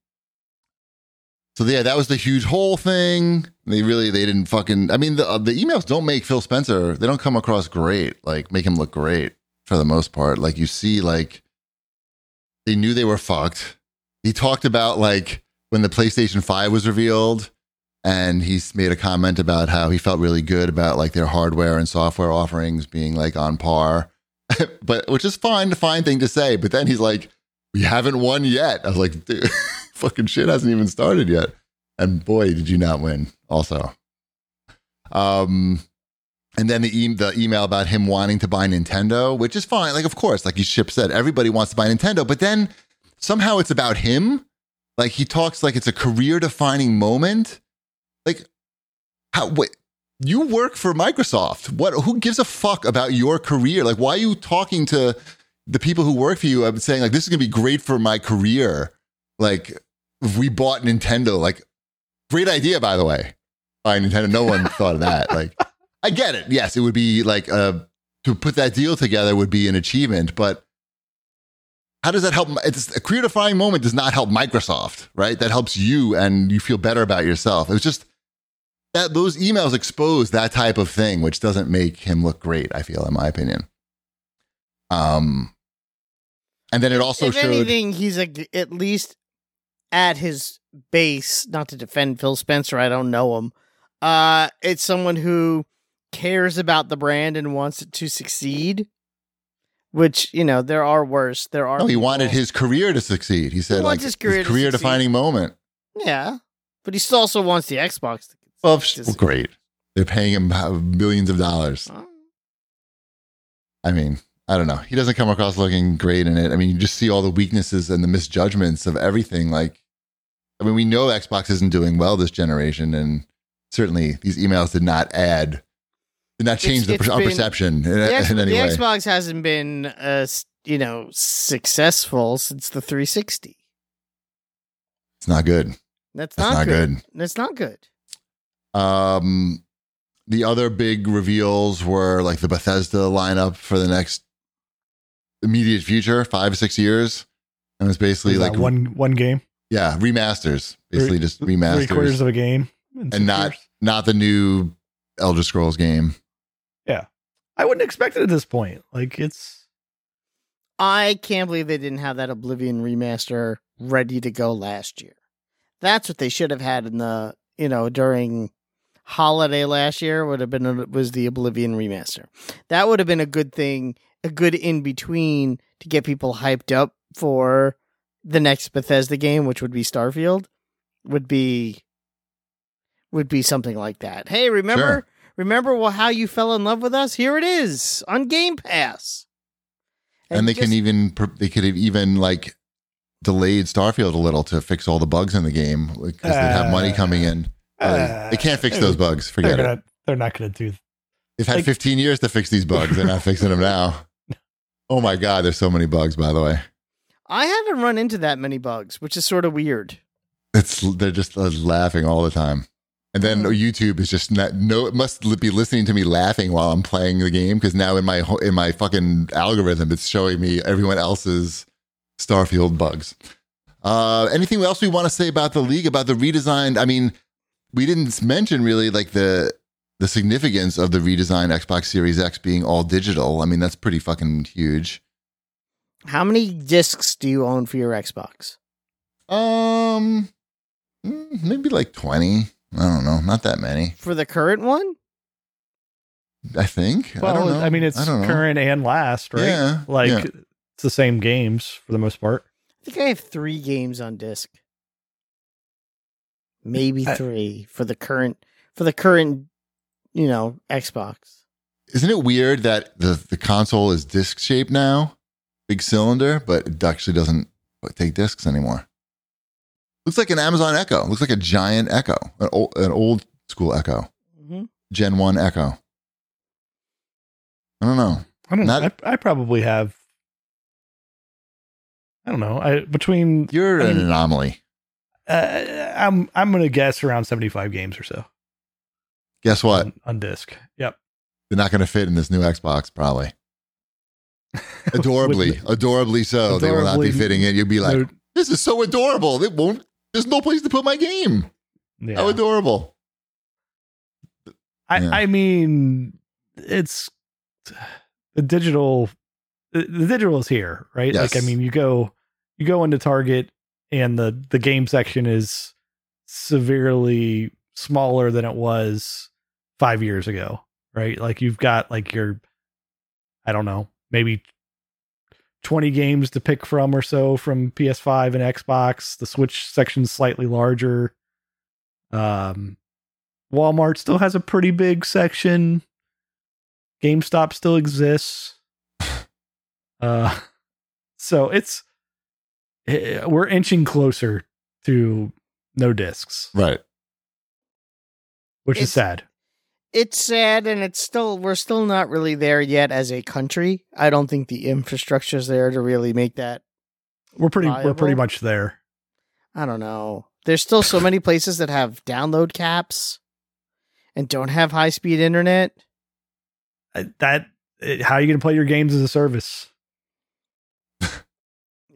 Speaker 1: so yeah, that was the huge whole thing. They really they didn't fucking. I mean, the uh, the emails don't make Phil Spencer. They don't come across great. Like make him look great for the most part. Like you see, like they knew they were fucked. He talked about like when the PlayStation Five was revealed. And he's made a comment about how he felt really good about like their hardware and software offerings being like on par but which is fine, a fine thing to say. But then he's like, "We haven't won yet." I was like, "Dude, fucking shit hasn't even started yet." And boy, did you not win! Also, um, and then the e- the email about him wanting to buy Nintendo, which is fine. Like, of course, like you ship said, everybody wants to buy Nintendo. But then somehow it's about him. Like he talks like it's a career defining moment. Like, how? Wait, you work for Microsoft. What? Who gives a fuck about your career? Like, why are you talking to the people who work for you? I'm saying like this is gonna be great for my career. Like, if we bought Nintendo. Like, great idea by the way. By Nintendo, no one thought of that. Like, I get it. Yes, it would be like uh, to put that deal together would be an achievement, but. How does that help? It's a career defining moment does not help Microsoft, right? That helps you and you feel better about yourself. It was just that those emails expose that type of thing, which doesn't make him look great. I feel, in my opinion. Um, and then it also
Speaker 2: if
Speaker 1: showed.
Speaker 2: anything, he's a, at least at his base. Not to defend Phil Spencer, I don't know him. Uh, it's someone who cares about the brand and wants it to succeed. Which you know, there are worse. There are.
Speaker 1: no, he
Speaker 2: people-
Speaker 1: wanted his career to succeed. He said,
Speaker 2: He
Speaker 1: like
Speaker 2: wants
Speaker 1: his
Speaker 2: his
Speaker 1: career,
Speaker 2: career to
Speaker 1: defining moment.
Speaker 2: Yeah, but he still also wants the Xbox. To
Speaker 1: Well,
Speaker 2: to-
Speaker 1: well, great. They're paying him uh, millions of dollars. I mean, I don't know. He doesn't come across looking great in it. I mean, you just see all the weaknesses and the misjudgments of everything. Like I mean, we know Xbox isn't doing well this generation, and certainly these emails did not add, did not change
Speaker 2: It's-
Speaker 1: the
Speaker 2: it's
Speaker 1: per- our
Speaker 2: been-
Speaker 1: perception in,
Speaker 2: The, X-
Speaker 1: Uh, in any
Speaker 2: the
Speaker 1: way.
Speaker 2: Xbox hasn't been, uh, s- you know, successful since the 360.
Speaker 1: it's not good. It's
Speaker 2: That's not,
Speaker 1: not,
Speaker 2: good.
Speaker 1: good.
Speaker 2: That's not good.
Speaker 1: Um, the other big reveals were like the Bethesda lineup for the next immediate future, five six years, and it's basically
Speaker 3: Is that
Speaker 1: like
Speaker 3: one one game,
Speaker 1: yeah remasters, basically
Speaker 3: Three-
Speaker 1: just
Speaker 3: three quarters
Speaker 1: remasters,
Speaker 3: of a game, in six
Speaker 1: and not
Speaker 3: years.
Speaker 1: not the new Elder Scrolls game.
Speaker 3: I wouldn't expect it at this point. Like it's
Speaker 2: I can't believe they didn't have that Oblivion remaster ready to go last year. That's what they should have had in the you know during holiday last year would have been uh, was the Oblivion remaster. That would have been a good thing, a good in between to get people hyped up for the next Bethesda game, which would be Starfield. Would be would be something like that. Hey, remember
Speaker 1: Sure.
Speaker 2: remember well, how you fell in love with us? Here it is on Game Pass.
Speaker 1: and, they
Speaker 2: just-
Speaker 1: can e-, even pr- they could have even like delayed Starfield a little to fix all the bugs in the game because they'd have money
Speaker 3: Uh,
Speaker 1: coming in. Uh, they can't fix those bugs.
Speaker 3: They're
Speaker 1: Forget it.
Speaker 3: not, they're not going to do.
Speaker 1: They've had
Speaker 3: like-
Speaker 1: 15 years to fix these bugs. They're not fixing them now. Oh my god, there's so many bugs. By the way,
Speaker 2: I haven't run into that many bugs, which is sort of weird.
Speaker 1: it's they're just uh, laughing all the time. And then
Speaker 2: Mm.
Speaker 1: YouTube is just not, no. It must li- be listening to me laughing while I'm playing the game because now in my ho- in my fucking algorithm, it's showing me everyone else's Starfield bugs. Uh, anything else we want to say about the league about the redesigned? I mean, we didn't mention really like the the significance of the redesigned Xbox Series X being all digital. I mean, that's pretty fucking huge.
Speaker 2: How many discs do you own for your Xbox?
Speaker 1: Um, mm, maybe like twenty. I don't know, not that many.
Speaker 2: For the current one?
Speaker 1: I think. I don't
Speaker 3: Well,
Speaker 1: know.
Speaker 3: I, mean, it's
Speaker 1: I don't know.
Speaker 3: current and last, right?
Speaker 1: Yeah,
Speaker 3: Like
Speaker 1: yeah.
Speaker 3: it's the same games for the most part.
Speaker 2: I think I have three games on disc. Maybe
Speaker 3: I-
Speaker 2: three for the current for the current you know, Xbox.
Speaker 1: Isn't it weird that the the console is disc shaped now, big cylinder, but it actually doesn't take discs anymore. Looks like an Amazon Echo. Looks like a giant Echo, an old, an old school Echo,
Speaker 2: hmm
Speaker 1: Gen One Echo. I don't know.
Speaker 3: I don't.
Speaker 1: Not-
Speaker 3: I, I probably have. I don't know. I between
Speaker 1: You're
Speaker 3: I
Speaker 1: an
Speaker 3: mean-
Speaker 1: anomaly.
Speaker 3: uh, I'm I'm going to guess around 75 games or so
Speaker 1: Guess what?
Speaker 3: on, on disc. Yep.
Speaker 1: They're not going to fit in this new Xbox, probably. Adorably, adorably so. They will not be
Speaker 3: Adorably-
Speaker 1: fitting it. You'll be like,
Speaker 3: No-
Speaker 1: This is so adorable. It won't. There's no place to put my game.
Speaker 3: yeah.
Speaker 1: How adorable.
Speaker 3: I,
Speaker 1: Yeah.
Speaker 3: I mean, it's the digital. The the digital is here, right? Like,
Speaker 1: Yes.
Speaker 3: I mean, you go you go into Target, and the the game section is severely smaller than it was five years ago, right? Like, you've got like your, I don't know, maybe. 20 games to pick from or so from PS5 and Xbox. The Switch section's slightly larger. Um, Walmart still has a pretty big section. GameStop still exists. Uh, so it's eh, we're inching closer to no discs,
Speaker 1: Right.
Speaker 3: which is
Speaker 2: It's-
Speaker 3: sad.
Speaker 2: It's sad and it's still we're still not really there yet as a country. I don't think the infrastructure's there to really make that
Speaker 3: We're pretty we're pretty
Speaker 2: viable?
Speaker 3: much there.
Speaker 2: I don't know. There's still so many places that have download caps and don't have high speed internet.
Speaker 3: Eh, That eh, how you gonna play your games as a service?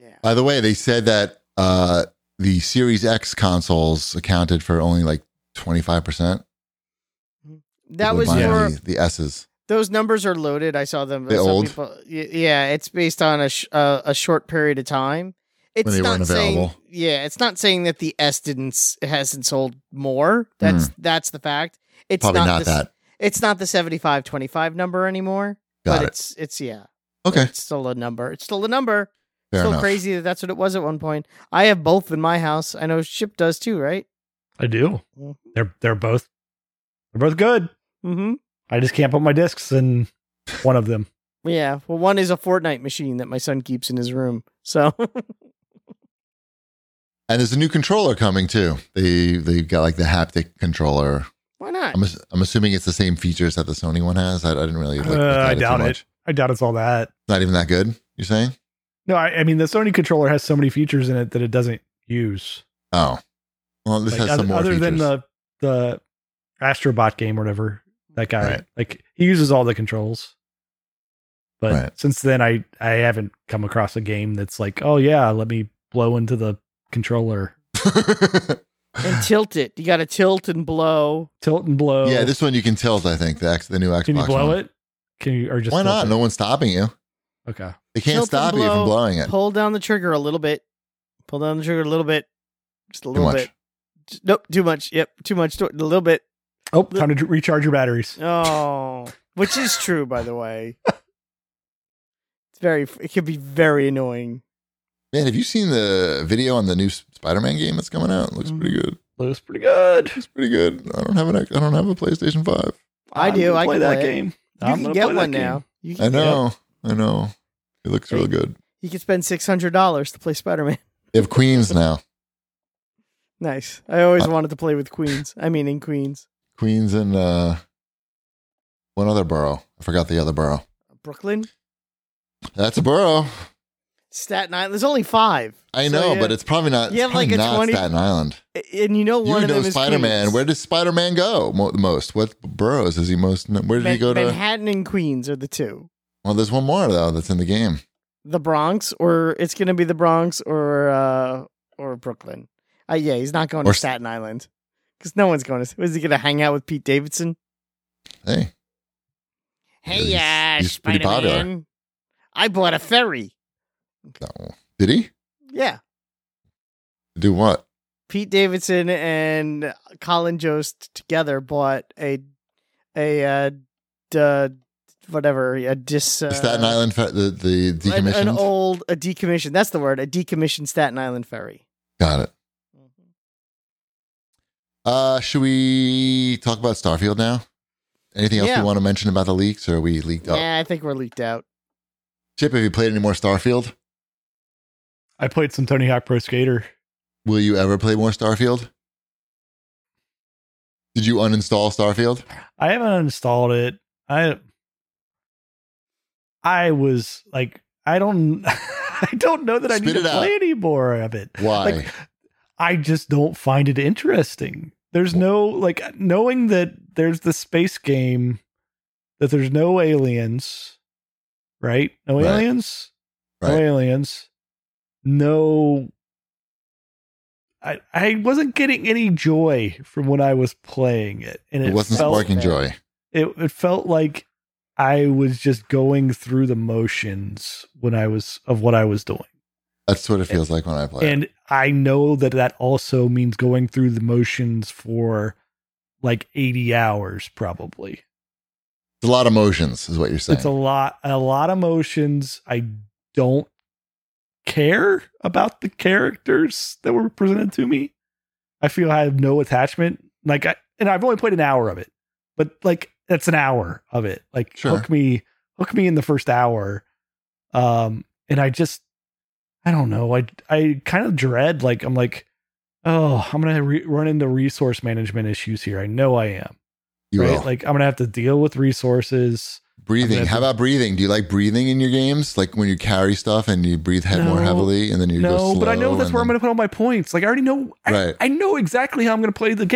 Speaker 2: Yeah.
Speaker 1: By the way, they said that uh, the Series X consoles accounted for only like 25%.
Speaker 2: That was
Speaker 1: People buying
Speaker 2: for
Speaker 1: the, the S's.
Speaker 2: those numbers are loaded. I saw them.
Speaker 1: They
Speaker 2: Some
Speaker 1: old?
Speaker 2: people- y- yeah, it's based on a sh- uh, a short period of time. It's
Speaker 1: they
Speaker 2: not
Speaker 1: weren't
Speaker 2: saying
Speaker 1: available.
Speaker 2: yeah, it's not saying that the S didn't s- hasn't sold more. That's that's the fact. It's
Speaker 1: Hmm. Probably
Speaker 2: not,
Speaker 1: not,
Speaker 2: the, s-
Speaker 1: that.
Speaker 2: It's not the 75-25 number anymore.
Speaker 1: Got
Speaker 2: but
Speaker 1: it.
Speaker 2: it's it's yeah,
Speaker 1: Okay.
Speaker 2: it's still a number. It's still a number.
Speaker 1: Fair
Speaker 2: so
Speaker 1: enough.
Speaker 2: crazy that that's what it was at one point. I have both in my house. I know Ship does too, right?
Speaker 3: I do.
Speaker 2: Mhm.
Speaker 3: They're they're both they're both good.
Speaker 2: Mm-hmm.
Speaker 3: I just can't put my discs in one of them.
Speaker 2: Yeah. Well, one is a Fortnite machine that my son keeps in his room. So
Speaker 1: And there's a new controller coming too. They they got like the haptic controller.
Speaker 2: Why not?
Speaker 1: I'm ass- I'm assuming it's the same features that the Sony one has. I, I didn't really. Like, look
Speaker 3: Uh,
Speaker 1: at
Speaker 3: I
Speaker 1: too
Speaker 3: doubt
Speaker 1: much.
Speaker 3: it. I doubt it's all that.
Speaker 1: Not even that good. You're saying?
Speaker 3: No, I, I mean the Sony controller has so many features in it that it doesn't use.
Speaker 1: Oh, well, this
Speaker 3: Like,
Speaker 1: has
Speaker 3: oth-
Speaker 1: some more
Speaker 3: other
Speaker 1: features.
Speaker 3: than the the Astrobot game or whatever that guy
Speaker 1: Right.
Speaker 3: like he uses all the controls. But
Speaker 1: Right.
Speaker 3: since then, I I haven't come across a game that's like, oh yeah, let me blow into the controller,
Speaker 2: And tilt it. You got to tilt and blow.
Speaker 3: tilt and blow.
Speaker 1: yeah, this one you can tilt. I think the X, the new Xbox.
Speaker 3: can you blow
Speaker 1: one.
Speaker 3: it? Can you or just
Speaker 1: Why
Speaker 3: tilt
Speaker 1: not?
Speaker 3: it?
Speaker 1: No one's stopping you.
Speaker 3: Okay.
Speaker 1: They can't
Speaker 2: Tilt and
Speaker 1: stop you
Speaker 2: blow.
Speaker 1: from blowing it.
Speaker 2: Pull down the trigger a little bit. Pull down the trigger a little bit. Just a
Speaker 1: Too
Speaker 2: little
Speaker 1: much.
Speaker 2: bit. Just- nope, too much. Yep, too much. A little bit.
Speaker 3: Oh, time to d- recharge your batteries.
Speaker 2: Oh, which is true, by the way. It's very. It can be very annoying.
Speaker 1: Man, have you seen the video on the new S- Spider-Man game that's coming out? It looks pretty good.
Speaker 3: Looks pretty good.
Speaker 1: It's pretty good. I don't have an X- I don't have a PlayStation Five.
Speaker 2: I
Speaker 3: I'm
Speaker 2: do,
Speaker 3: gonna
Speaker 2: I
Speaker 3: play
Speaker 2: can
Speaker 3: that
Speaker 2: play it.
Speaker 3: game.
Speaker 2: You
Speaker 3: I'm
Speaker 2: can
Speaker 3: gonna
Speaker 2: get
Speaker 3: play that
Speaker 2: one
Speaker 3: game.
Speaker 2: now. You can,
Speaker 1: I know. I know. It looks real
Speaker 2: Hey.
Speaker 1: good.
Speaker 2: You can spend six hundred dollars to play Spider Man.
Speaker 1: They have Queens now.
Speaker 2: Nice. I always
Speaker 1: Uh,
Speaker 2: wanted to play with Queens. I mean, in Queens,
Speaker 1: Queens and uh, one other borough. I forgot the other borough.
Speaker 2: Brooklyn,
Speaker 1: That's a borough.
Speaker 2: Staten Island. There's only five.
Speaker 1: I
Speaker 2: So,
Speaker 1: know,
Speaker 2: yeah.
Speaker 1: but it's probably not.
Speaker 2: You
Speaker 1: Yeah,
Speaker 2: have,
Speaker 1: like
Speaker 2: like, a
Speaker 1: not
Speaker 2: 20
Speaker 1: Staten Island.
Speaker 2: and you know one
Speaker 1: you
Speaker 2: of
Speaker 1: know
Speaker 2: them is
Speaker 1: Spider Man.
Speaker 2: Queens.
Speaker 1: Where does Spider Man go mo- the most? What boroughs is he most? Where did he
Speaker 2: Man-
Speaker 1: go to?
Speaker 2: Manhattan and Queens are the two.
Speaker 1: Well, there's one more though that's in the game.
Speaker 2: The Bronx, or it's going to be the Bronx or uh, or Brooklyn. Uh, yeah, he's not going
Speaker 1: Or
Speaker 2: to
Speaker 1: s-
Speaker 2: Staten Island because no one's going to. Is he going to hang out with Pete Davidson?
Speaker 1: Hey,
Speaker 2: Hey,
Speaker 1: Yeah,
Speaker 2: uh,
Speaker 1: he's- he's pretty
Speaker 2: Spider
Speaker 1: popular.
Speaker 2: Man, I bought a ferry.
Speaker 1: no. did he
Speaker 2: Yeah,
Speaker 1: do what?
Speaker 2: Pete Davidson and Colin Jost together bought a a uh, d- whatever a dis uh,
Speaker 1: The Staten Island, fe- the the
Speaker 2: an,
Speaker 1: decommissioned.
Speaker 2: an old a decommissioned. That's the word. A decommissioned Staten Island ferry.
Speaker 1: Got it. Mm-hmm. Uh, should we talk about Starfield now? Anything else
Speaker 2: Yeah.
Speaker 1: you want to mention about the leaks, or are we leaked up?
Speaker 2: Nah, I think we're leaked out.
Speaker 1: Chip, have you played any more Starfield?
Speaker 3: I played some Tony Hawk Pro Skater.
Speaker 1: Will you ever play more Starfield? Did you uninstall Starfield?
Speaker 3: I haven't installed it. I I was like, I don't, I don't know that I
Speaker 1: Spit
Speaker 3: need to
Speaker 1: it out.
Speaker 3: play any more of it.
Speaker 1: Why?
Speaker 3: Like, I just don't find it interesting. There's no like knowing that there's the space game, that there's no aliens, right? No
Speaker 1: Right.
Speaker 3: aliens, no
Speaker 1: Right.
Speaker 3: aliens, no. I I wasn't getting any joy from when I was playing it, and
Speaker 1: it,
Speaker 3: it,
Speaker 1: wasn't
Speaker 3: felt
Speaker 1: sparking
Speaker 2: bad.
Speaker 1: joy.
Speaker 3: it, it felt like I was just going through the motions when I was of what I was doing.
Speaker 1: That's what it feels like when I play. it.
Speaker 3: And I know that that also means going through the motions for like 80 hours probably.
Speaker 1: It's a lot of motions, is what you're saying.
Speaker 3: It's a lot a lot of motions. I don't care about the characters that were presented to me. I feel I have no attachment. Like I and I've only played an hour of it. But like that's an hour of it. Like
Speaker 1: Sure.
Speaker 3: hook me hook me in the first hour. Um and I just I don't know. I I kind of dread like I'm like oh, I'm going to re- run into resource management issues here. I know I am.
Speaker 1: you
Speaker 3: right?
Speaker 1: will.
Speaker 3: Like I'm going to have to deal with resources.
Speaker 1: breathing.
Speaker 3: I'm gonna
Speaker 1: How
Speaker 3: have to-
Speaker 1: about breathing? Do you like breathing in your games? Like when you carry stuff and you breathe head more
Speaker 3: No.
Speaker 1: heavily, and then you go
Speaker 3: no,
Speaker 1: slow.
Speaker 3: but I know that's
Speaker 1: and
Speaker 3: where I'm
Speaker 1: then-
Speaker 3: going to put all my points. Like I already know, I,
Speaker 1: Right.
Speaker 3: I know exactly how I'm going to play the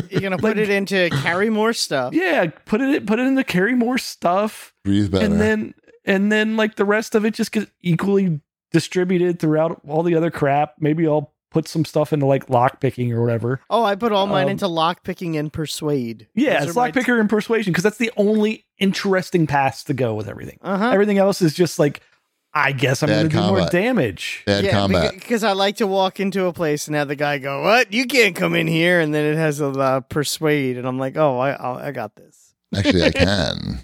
Speaker 3: game.
Speaker 2: You're gonna
Speaker 3: Like-
Speaker 2: put it into carry more stuff.
Speaker 3: yeah, put it put it in the carry more stuff,
Speaker 1: breathe better.
Speaker 3: and then and then like the rest of it just gets equally distributed throughout all the other crap. Maybe I'll put some stuff into like lock picking or whatever.
Speaker 2: Oh, I put all mine
Speaker 3: Um,
Speaker 2: into lock picking and persuade.
Speaker 3: Yeah, it's lock picker and persuasion because that's the only interesting paths to go with everything.
Speaker 2: Uh huh.
Speaker 3: Everything else is just like, I guess I'm going to
Speaker 1: Bad
Speaker 3: do more
Speaker 1: combat.
Speaker 3: damage.
Speaker 1: Bad combat.
Speaker 2: Because I like to walk into a place and have the guy go, "What? You can't come in here!" And then it has a uh, persuade, and I'm like, "Oh, I I'll, I got this."
Speaker 1: Actually, I can.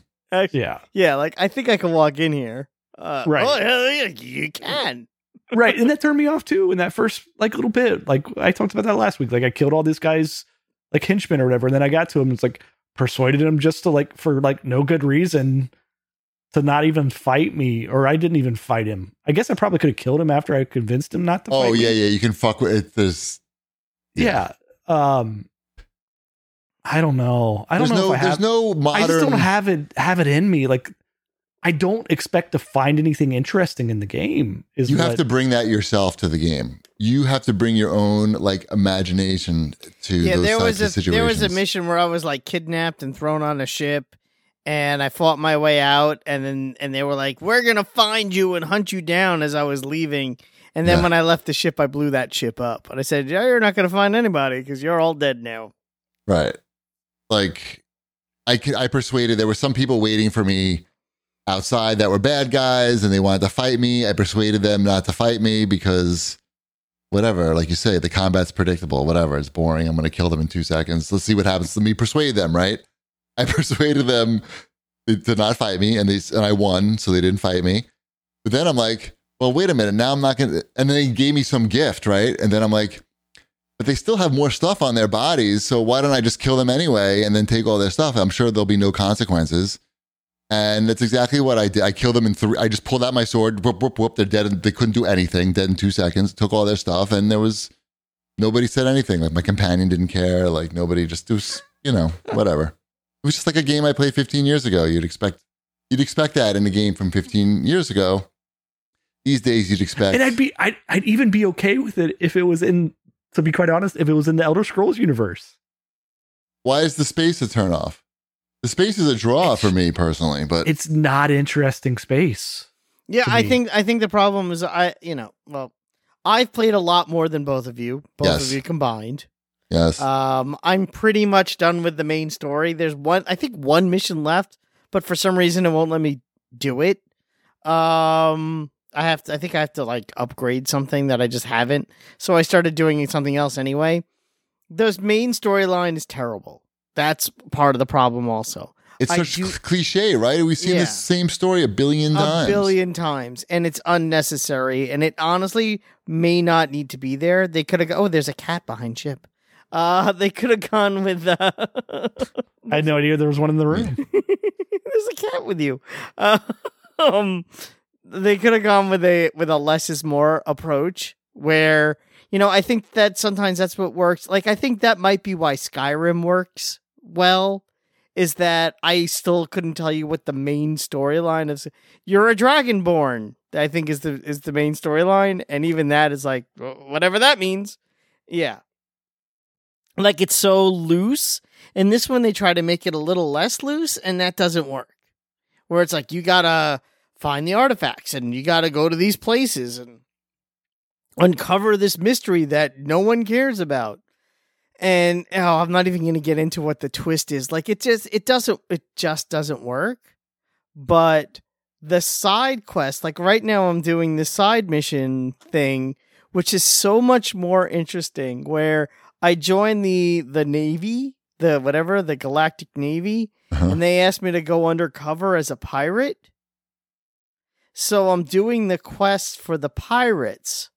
Speaker 3: Yeah,
Speaker 2: Yeah, like I think I can walk in here. Uh,
Speaker 3: Right.
Speaker 2: Oh, hell yeah, you can.
Speaker 3: right and that turned me off too in that first like little bit like i talked about that last week like i killed all these guys like henchmen or whatever and then i got to him and it's like persuaded him just to like for like no good reason to not even fight me, or I didn't even fight him. I guess I probably could have killed him after I convinced him not to.
Speaker 1: Oh
Speaker 3: fight
Speaker 1: yeah,
Speaker 3: me.
Speaker 1: yeah. You can fuck with it. There's
Speaker 3: yeah. Um, I don't know. I don't
Speaker 1: there's
Speaker 3: know
Speaker 1: no
Speaker 3: if I
Speaker 1: there's
Speaker 3: have.
Speaker 1: no modern.
Speaker 3: I just don't have it have it in me. Like, I don't expect to find anything interesting in the game. Is
Speaker 1: you have
Speaker 3: what-
Speaker 1: to bring that yourself to the game. You have to bring your own like imagination to
Speaker 2: yeah,
Speaker 1: those
Speaker 2: there
Speaker 1: types
Speaker 2: was
Speaker 1: of
Speaker 2: a
Speaker 1: situations.
Speaker 2: there was a mission where I was like kidnapped and thrown on a ship, and I fought my way out, and then and they were like, "We're gonna find you and hunt you down." As I was leaving, and then
Speaker 1: Yeah.
Speaker 2: when I left the ship, I blew that ship up, and I said, "Yeah, you're not gonna find anybody because you're all dead now."
Speaker 1: Right. Like I could, I persuaded there were some people waiting for me outside that were bad guys and they wanted to fight me. I persuaded them not to fight me because whatever, like you say, the combat's predictable, whatever, it's boring. I'm going to kill them in 2 seconds. Let's see what happens. Let me persuade them, right? I persuaded them to not fight me and they and I won, so they didn't fight me. But then I'm like, well, wait a minute. Now I'm not going to and then he gave me some gift, right? And then I'm like, but they still have more stuff on their bodies. So why don't I just kill them anyway and then take all their stuff? I'm sure there'll be no consequences. And that's exactly what I did. I killed them in three. I just pulled out my sword. Whoop, whoop, whoop. They're dead. And they couldn't do anything. Dead in two seconds. Took all their stuff, and there was nobody said anything. Like my companion didn't care. Like nobody just was, you know, whatever. It was just like a game I played 15 years ago. You'd expect, you'd expect that in a game from 15 years ago. These days, you'd expect.
Speaker 3: and I'd be I'd, I'd even be okay with it if it was in to be quite honest if it was in the Elder Scrolls universe.
Speaker 1: Why is the space a turn off? The space is a draw for me personally, but
Speaker 3: It's not interesting space.
Speaker 2: Yeah,
Speaker 3: to
Speaker 2: I
Speaker 3: me.
Speaker 2: think I think the problem is I you know well I've played a lot more than both of you, both
Speaker 1: Yes.
Speaker 2: of you combined.
Speaker 1: yes,
Speaker 2: Um, I'm pretty much done with the main story. There's one I think one mission left, but for some reason it won't let me do it. Um, I have to I think I have to like upgrade something that I just haven't. So I started doing something else anyway. This main storyline is terrible. That's part of the problem also.
Speaker 1: it's
Speaker 2: I
Speaker 1: such
Speaker 2: do-
Speaker 1: cliche, right? We've seen
Speaker 2: Yeah.
Speaker 1: this same story a billion times.
Speaker 2: a billion times and it's unnecessary and it honestly may not need to be there they could have oh there's a cat behind chip uh they could have gone with uh
Speaker 3: I had no idea there was one in the room.
Speaker 2: there's a cat with you uh, um they could have gone with a with a less is more approach where you know i think that sometimes that's what works like i think that might be why skyrim works well is that i still couldn't tell you what the main storyline is you're a dragonborn i think is the is the main storyline and even that is like wh- whatever that means yeah like it's so loose and this one they try to make it a little less loose and that doesn't work where it's like you gotta find the artifacts and you gotta go to these places and uncover this mystery that no one cares about and oh i'm not even gonna get into what the twist is like it just it doesn't it just doesn't work but the side quest like right now i'm doing this side mission thing which is so much more interesting where i join the the navy the whatever the galactic navy
Speaker 1: Uh-huh.
Speaker 2: and they asked me to go undercover as a pirate so i'm doing the quest for the pirates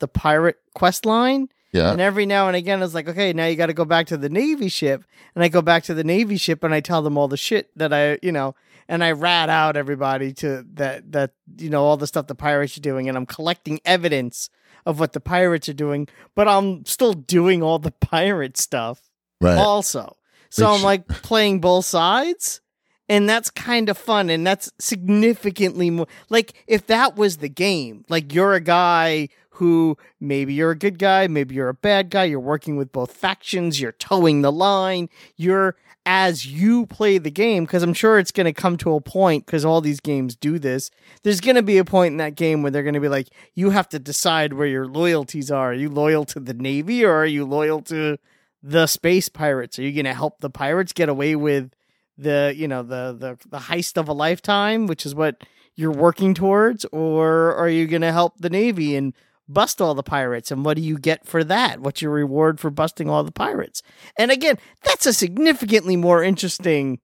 Speaker 2: the pirate quest line
Speaker 1: yeah,
Speaker 2: and every now and again, it's like, okay, now you got to go back to the Navy ship. And I go back to the Navy ship and I tell them all the shit that I, you know, and I rat out everybody to that, that, you know, all the stuff the pirates are doing. And I'm collecting evidence of what the pirates are doing, but I'm still doing all the pirate stuff
Speaker 1: right.
Speaker 2: also. So
Speaker 1: Which-
Speaker 2: I'm like playing both sides, and that's kind of fun, and that's significantly more. Like if that was the game, like you're a guy who maybe you're a good guy, maybe you're a bad guy, you're working with both factions, you're towing the line, you're as you play the game because I'm sure it's going to come to a point because all these games do this. There's going to be a point in that game where they're going to be like, you have to decide where your loyalties are. Are you loyal to the Navy or are you loyal to the space pirates? Are you going to help the pirates get away with the you know the the the heist of a lifetime, which is what you're working towards, or are you going to help the Navy and bust all the pirates? And what do you get for that? What's your reward for busting all the pirates? And again, that's a significantly more interesting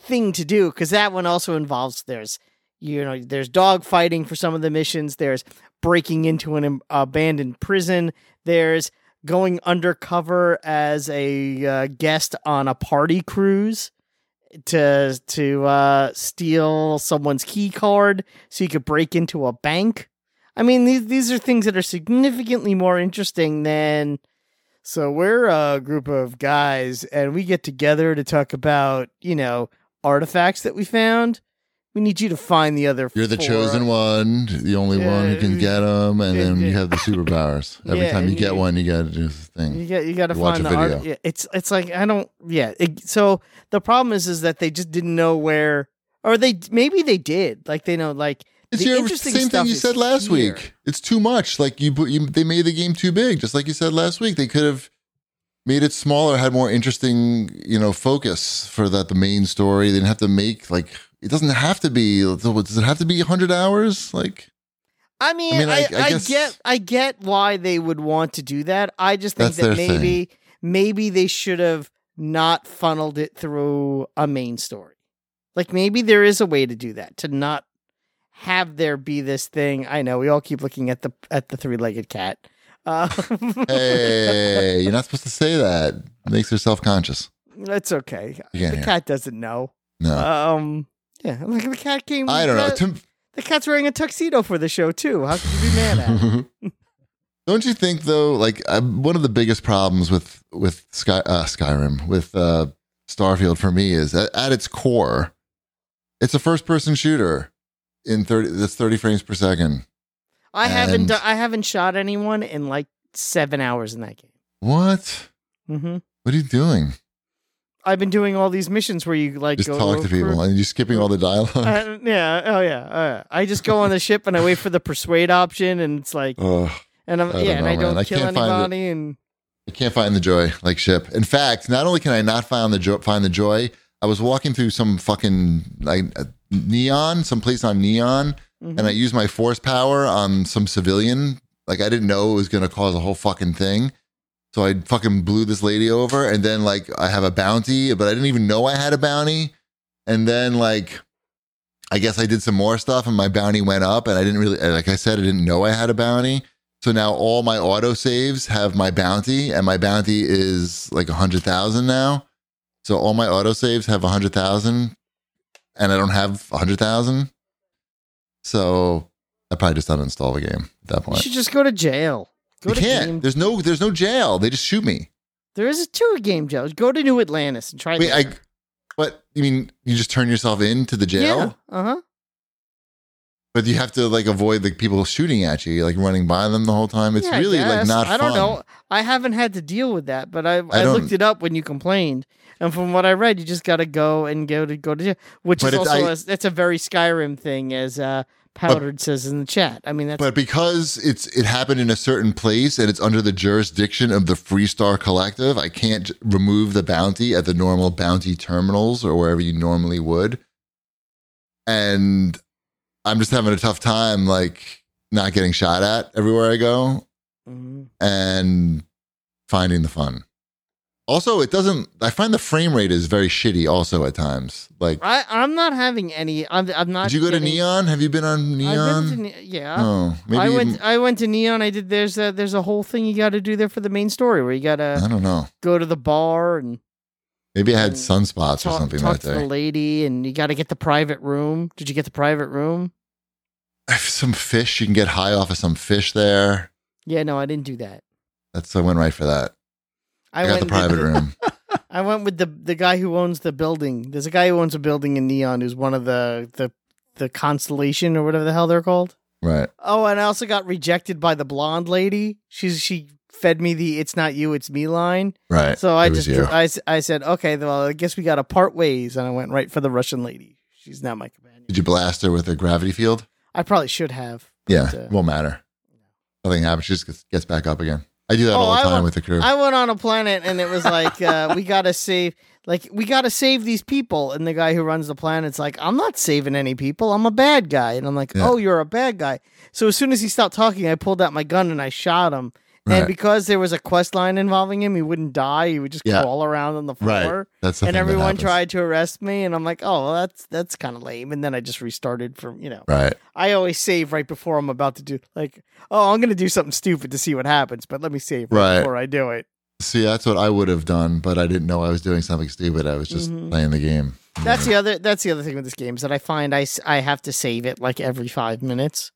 Speaker 2: thing to do because that one also involves there's you know there's dog fighting for some of the missions there's breaking into an im- abandoned prison there's going undercover as a uh, guest on a party cruise to to uh, steal someone's key card so you could break into a bank. I mean, these these are things that are significantly more interesting than. So we're a group of guys, and we get together to talk about you know artifacts that we found. We need you to find the other.
Speaker 1: You're the
Speaker 2: four.
Speaker 1: chosen one, the only one who can
Speaker 2: Yeah.
Speaker 1: get them, and then you
Speaker 2: Yeah.
Speaker 1: have the superpowers. Every
Speaker 2: Yeah,
Speaker 1: time you
Speaker 2: and
Speaker 1: get
Speaker 2: you-
Speaker 1: one, you got to do this thing.
Speaker 2: You got you got to
Speaker 1: You watch
Speaker 2: find
Speaker 1: a
Speaker 2: the art.
Speaker 1: video.
Speaker 2: Yeah, it's it's like I don't. Yeah. It, so the problem is is that they just didn't know where, or they maybe they did. Like they know like
Speaker 1: It's
Speaker 2: the
Speaker 1: your
Speaker 2: interesting
Speaker 1: same thing
Speaker 2: stuff
Speaker 1: you
Speaker 2: is
Speaker 1: said last
Speaker 2: here.
Speaker 1: week. It's too much. Like you, put, you, they made the game too big, just like you said last week. They could have made it smaller, had more interesting, you know, focus for that the main story. They didn't have to make like it doesn't have to be. Does it have to be hundred hours? Like
Speaker 2: I mean, I,
Speaker 1: mean, I- I
Speaker 2: I
Speaker 1: guess-
Speaker 2: get I get why they would want to do that. I just think
Speaker 1: That's
Speaker 2: that
Speaker 1: their
Speaker 2: maybe maybe they should have not funneled it through a main story. Like maybe there is a way to do that to not have there be this thing. I know we all keep looking at the at the three legged cat. Uh,
Speaker 1: hey, you're not supposed to say that. It makes her self conscious.
Speaker 2: that's okay.
Speaker 1: You can't
Speaker 2: The
Speaker 1: hear.
Speaker 2: cat doesn't know.
Speaker 1: No.
Speaker 2: Um, yeah, like the cat came.
Speaker 1: Uh. I don't know.
Speaker 2: the- the cat's wearing a tuxedo for the show too. How could you be mad at? it?
Speaker 1: Tim- don't you think though? Like i one of the biggest problems with with Sky uh, Skyrim with uh, Starfield for me is at, at its core, it's a first person shooter in thirty. That's thirty frames per second.
Speaker 2: I haven't
Speaker 1: And-
Speaker 2: done, I haven't shot anyone in like seven hours in that game.
Speaker 1: What?
Speaker 2: Mm-hmm.
Speaker 1: What are you doing?
Speaker 2: I've been doing all these missions where you like
Speaker 1: Just
Speaker 2: go
Speaker 1: talk to
Speaker 2: for-
Speaker 1: people and you're skipping all the dialogue.
Speaker 2: Uh, yeah, oh yeah, uh, I just go on the ship and I wait for the persuade option, and it's like,
Speaker 1: Ugh.
Speaker 2: and I'm
Speaker 1: Oh, I don't
Speaker 2: yeah, and
Speaker 1: know,
Speaker 2: I
Speaker 1: man.
Speaker 2: don't
Speaker 1: I
Speaker 2: kill
Speaker 1: can't find it.
Speaker 2: anybody, and
Speaker 1: I can't find the joy like ship. In fact, not only can I not find the jo- find the joy, I was walking through some fucking like uh, neon, some place on neon,
Speaker 2: Mhm.
Speaker 1: and I used my force power on some civilian. Like I didn't know it was going to cause a whole fucking thing. So I fucking blew this lady over, and then like I have a bounty, but I didn't even know I had a bounty. And then like, I guess I did some more stuff, and my bounty went up, and I didn't really like I said I didn't know I had a bounty. So now all my auto saves have my bounty, and my bounty is like a hundred thousand now. So all my auto saves have a hundred thousand, and I don't have a hundred thousand. So I probably just uninstall the game at that
Speaker 2: you
Speaker 1: point.
Speaker 2: should just go to jail. Go
Speaker 1: You
Speaker 2: to
Speaker 1: can't.
Speaker 2: game.
Speaker 1: There's no. There's no jail. They just shoot me.
Speaker 2: There is a tour game, Joe. Go to New Atlantis and try.
Speaker 1: Wait, I.
Speaker 2: there.
Speaker 1: What you mean? You just turn yourself into the jail,
Speaker 2: Yeah. Uh huh.
Speaker 1: but you have to like avoid the people shooting at you, like running by them the whole time. It's
Speaker 2: Yeah, I
Speaker 1: really like
Speaker 2: guess.
Speaker 1: not.
Speaker 2: I don't
Speaker 1: fun.
Speaker 2: know. I haven't had to deal with that, but I I,
Speaker 1: don't-
Speaker 2: looked it up when you complained, and from what I read, you just got to go and go to go to jail, which
Speaker 1: But
Speaker 2: is
Speaker 1: it's-
Speaker 2: also
Speaker 1: I-
Speaker 2: a, that's a very Skyrim thing, as uh, Powdered says in the chat. I mean, that's
Speaker 1: But because it's it happened in a certain place and it's under the jurisdiction of the Freestar Collective, I can't j- remove the bounty at the normal bounty terminals or wherever you normally would. And I'm just having a tough time, like not getting shot at everywhere I go
Speaker 2: Mhm.
Speaker 1: and finding the fun. Also, it doesn't. I find the frame rate is very shitty. Also, at times, like
Speaker 2: I I'm not having any. I'm I'm not.
Speaker 1: did you go to
Speaker 2: getting-
Speaker 1: Neon? Have you been on Neon?
Speaker 2: I've been to Ne- yeah.
Speaker 1: oh, maybe
Speaker 2: I
Speaker 1: you-
Speaker 2: went. I went to Neon. I did. There's a there's a whole thing you got to do there for the main story where you got to
Speaker 1: I don't know.
Speaker 2: go to the bar and
Speaker 1: Maybe I had
Speaker 2: and
Speaker 1: sunspots or
Speaker 2: Mm. talk,
Speaker 1: something
Speaker 2: talk
Speaker 1: that
Speaker 2: to the
Speaker 1: day.
Speaker 2: lady, and you got to get the private room. Did you get the private room?
Speaker 1: Some fish. You can get high off of some fish there.
Speaker 2: Yeah, no, I didn't do that.
Speaker 1: That's I went right for that. I, got the
Speaker 2: with
Speaker 1: private room.
Speaker 2: I went with the the guy who owns the building. There's a guy who owns a building in Neon who's one of the the the constellation or whatever the hell they're called.
Speaker 1: Right.
Speaker 2: Oh, and I also got rejected by the blonde lady. She's she fed me the "It's not you, it's me" line.
Speaker 1: Right.
Speaker 2: So I
Speaker 1: It was
Speaker 2: just
Speaker 1: you.
Speaker 2: I, s- I said, okay, well, I guess we got to part ways, and I went right for the Russian lady. She's not my companion.
Speaker 1: Did you blast her with a gravity field?
Speaker 2: I probably should have.
Speaker 1: Yeah.
Speaker 2: uh,
Speaker 1: won't matter. Nothing happens. She just gets, gets back up again. I do that
Speaker 2: Oh,
Speaker 1: all the
Speaker 2: I
Speaker 1: time
Speaker 2: wa-
Speaker 1: with the crew.
Speaker 2: I went on a planet and it was like uh, we gotta save like we gotta save these people and the guy who runs the planet's like I'm not saving any people I'm a bad guy and I'm like
Speaker 1: Yeah.
Speaker 2: oh you're a bad guy so as soon as he stopped talking I pulled out my gun and I shot him
Speaker 1: Right.
Speaker 2: and because there was a quest line involving him he wouldn't die he would just
Speaker 1: Yeah.
Speaker 2: crawl around on the
Speaker 1: Right.
Speaker 2: floor
Speaker 1: That's the
Speaker 2: and
Speaker 1: thing that
Speaker 2: everyone
Speaker 1: happens.
Speaker 2: tried to arrest me and I'm like oh well, that's that's kind of lame and then I just restarted from you know
Speaker 1: Right.
Speaker 2: I always save right before I'm about to do like oh I'm gonna do something stupid to see what happens but let me save right,
Speaker 1: Right.
Speaker 2: before I do it.
Speaker 1: See, that's what I would have done, but I didn't know I was doing something stupid. I was just
Speaker 2: Mhm.
Speaker 1: playing the game.
Speaker 2: That's the other. That's the other thing with this game is that I find I, s- I have to save it like every five minutes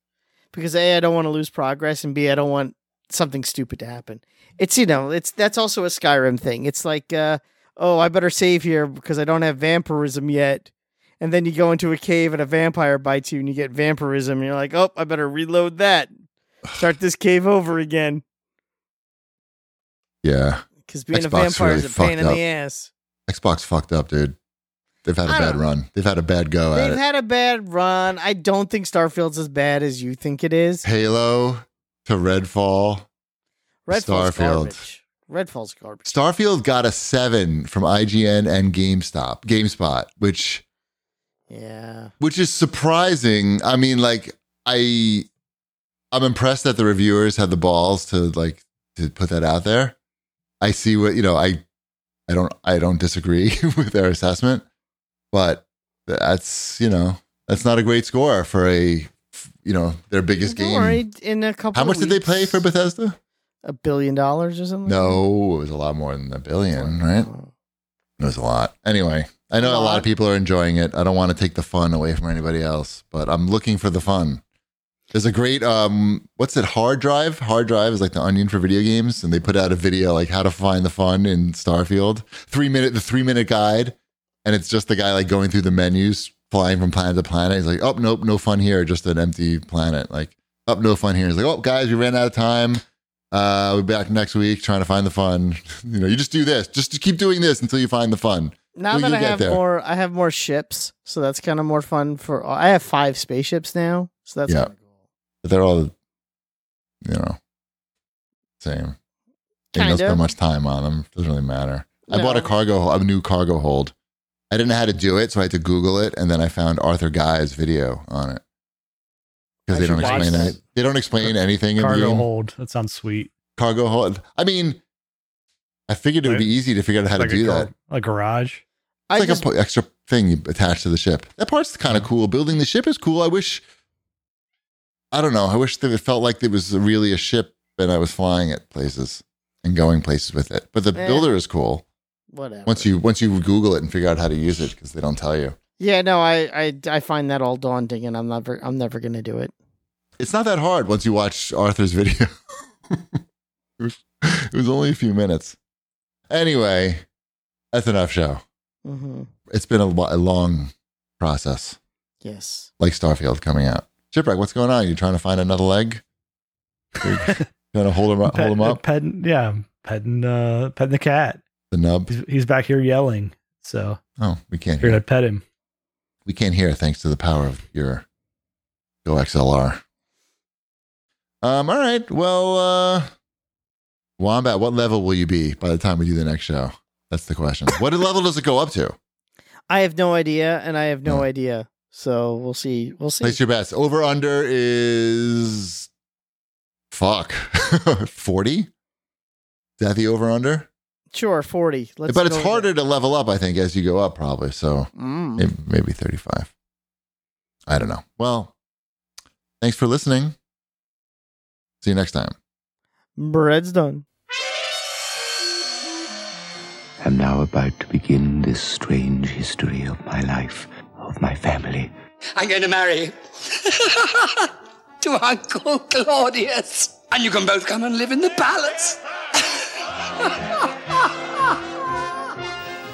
Speaker 2: because a I don't want to lose progress and b I don't want something stupid to happen. It's you know it's that's also a Skyrim thing. It's like uh, oh I better save here because I don't have vampirism yet, and then you go into a cave and a vampire bites you and you get vampirism and you're like oh I better reload that, start this cave over again
Speaker 1: Yeah.
Speaker 2: because being a
Speaker 1: Xbox
Speaker 2: vampire
Speaker 1: really
Speaker 2: is a pain
Speaker 1: fucked
Speaker 2: in
Speaker 1: up.
Speaker 2: the ass.
Speaker 1: Xbox fucked up, dude. They've had a
Speaker 2: I
Speaker 1: bad
Speaker 2: don't-
Speaker 1: run. They've had a bad go at
Speaker 2: They've
Speaker 1: it.
Speaker 2: had a bad run. I don't think Starfield's as bad as you think it is.
Speaker 1: Halo to Redfall.
Speaker 2: Redfall's
Speaker 1: Starfield.
Speaker 2: garbage. Redfall's garbage.
Speaker 1: Starfield got a seven from IGN and GameStop, GameSpot, which
Speaker 2: Yeah.
Speaker 1: which is surprising. I mean, like I, I'm impressed that the reviewers had the balls to like to put that out there. I see what you know. I, I don't, I don't disagree with their assessment, but that's you know that's not a great score for a you know their biggest
Speaker 2: Don't
Speaker 1: game.
Speaker 2: worry, in a couple
Speaker 1: How much
Speaker 2: of
Speaker 1: did they
Speaker 2: weeks,
Speaker 1: play for Bethesda?
Speaker 2: A billion dollars or something?
Speaker 1: No, it was a lot more than a billion, right? It was a lot. Anyway, I know
Speaker 2: A
Speaker 1: a lot
Speaker 2: lot.
Speaker 1: of people are enjoying it. I don't want to take the fun away from anybody else, but I'm looking for the fun. There's a great um what's it hard drive? Hard drive is like the onion for video games and they put out a video like how to find the fun in Starfield. 3 minute the 3 minute guide and it's just the guy like going through the menus flying from planet to planet. He's like, "Oh, nope, no fun here, just an empty planet." Like, "Up, no fun here." He's like, "Oh, guys, we ran out of time." Uh, we'll be back next week trying to find the fun. You know, you just do this. Just keep doing this until you find the fun.
Speaker 2: Now
Speaker 1: Well,
Speaker 2: that
Speaker 1: you
Speaker 2: I
Speaker 1: get
Speaker 2: have
Speaker 1: there.
Speaker 2: more I have more ships, so that's kind of more fun for I have 5 spaceships now, so that's
Speaker 1: Yeah.
Speaker 2: kinda cool.
Speaker 1: But they're all, you know, same. And
Speaker 2: Kinda.
Speaker 1: don't spend much time on them. Doesn't really matter. I
Speaker 2: No.
Speaker 1: bought a cargo, a new cargo hold. I didn't know how to do it, so I had to Google it, and then I found Arthur Guy's video on it
Speaker 2: I
Speaker 1: because they
Speaker 2: should
Speaker 1: don't
Speaker 2: watch
Speaker 1: explain
Speaker 2: that.
Speaker 1: it. They don't explain anything in the
Speaker 3: Cargo
Speaker 1: game.
Speaker 3: hold. That sounds sweet.
Speaker 1: Cargo hold. I mean, I figured it would be easy to figure out how
Speaker 3: like
Speaker 1: to do
Speaker 3: a, gar-
Speaker 1: that.
Speaker 3: A garage.
Speaker 2: I
Speaker 1: It's like
Speaker 2: just-
Speaker 1: a po- extra thing you attach to the ship. That part's kind of cool. Building the ship is cool. I wish, I don't know. I wish that it felt like it was really a ship and I was flying it places and going places with it. But the
Speaker 2: Yeah.
Speaker 1: builder is cool
Speaker 2: whatever.
Speaker 1: once you once you Google it and figure out how to use it because they don't tell you.
Speaker 2: Yeah, no, I, I I find that all daunting and I'm never I'm never going to do it.
Speaker 1: It's not that hard once you watch Arthur's video. it, was, it was only a few minutes. Anyway, that's enough show.
Speaker 2: Mhm.
Speaker 1: It's been a, lo- a long process,
Speaker 2: Yes.
Speaker 1: like Starfield coming out. Shipwreck, what's going on? You trying to find another leg? Trying to hold him up,
Speaker 3: Pet-
Speaker 1: hold him up.
Speaker 3: Petting, yeah, petting, uh, petting the cat.
Speaker 1: The nub.
Speaker 3: He's, he's back here yelling, so
Speaker 1: Oh, we can't
Speaker 3: here
Speaker 1: hear.
Speaker 3: to pet him.
Speaker 1: We can't hear thanks to the power of your Go XLR. Um. All right. Well, uh, Wombat, what level will you be by the time we do the next show? That's the question. What level does it go up to?
Speaker 2: I have no idea, and I have no
Speaker 1: Yeah.
Speaker 2: idea. So we'll see. We'll see.
Speaker 1: Place your best. Over under is fuck forty. Is that the over under?
Speaker 2: Sure, forty. Let's
Speaker 1: But it's
Speaker 2: go with
Speaker 1: harder
Speaker 2: it.
Speaker 1: to level up, I think, as you go up, probably. So
Speaker 2: Mm.
Speaker 1: Maybe, maybe 35. I don't know. Well, thanks for listening. See you next time.
Speaker 2: Bread's done.
Speaker 4: am now about to begin this strange history of my life, of my family.
Speaker 5: I'm going to marry to Uncle Claudius. And you can both come and live in the palace.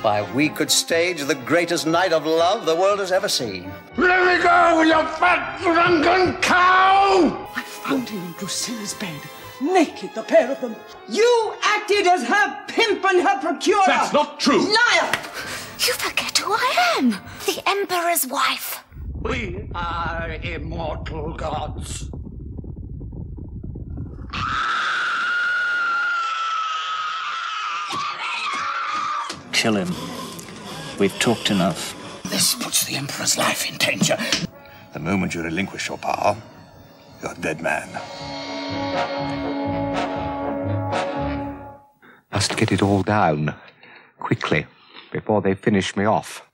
Speaker 6: Why, we could stage the greatest night of love the world has ever seen.
Speaker 5: Let me go, you fat drunken cow! I found him in Drusilla's bed, naked, the pair of them.
Speaker 7: You acted as her pimp and her procurer.
Speaker 5: That's not true.
Speaker 7: Liar!
Speaker 8: You forget who I am the Emperor's wife.
Speaker 5: We are immortal gods.
Speaker 9: Kill him. We've talked enough.
Speaker 5: This puts the Emperor's life in danger.
Speaker 4: The moment you relinquish your power, you're a dead man. Must get it all down quickly before they finish me off.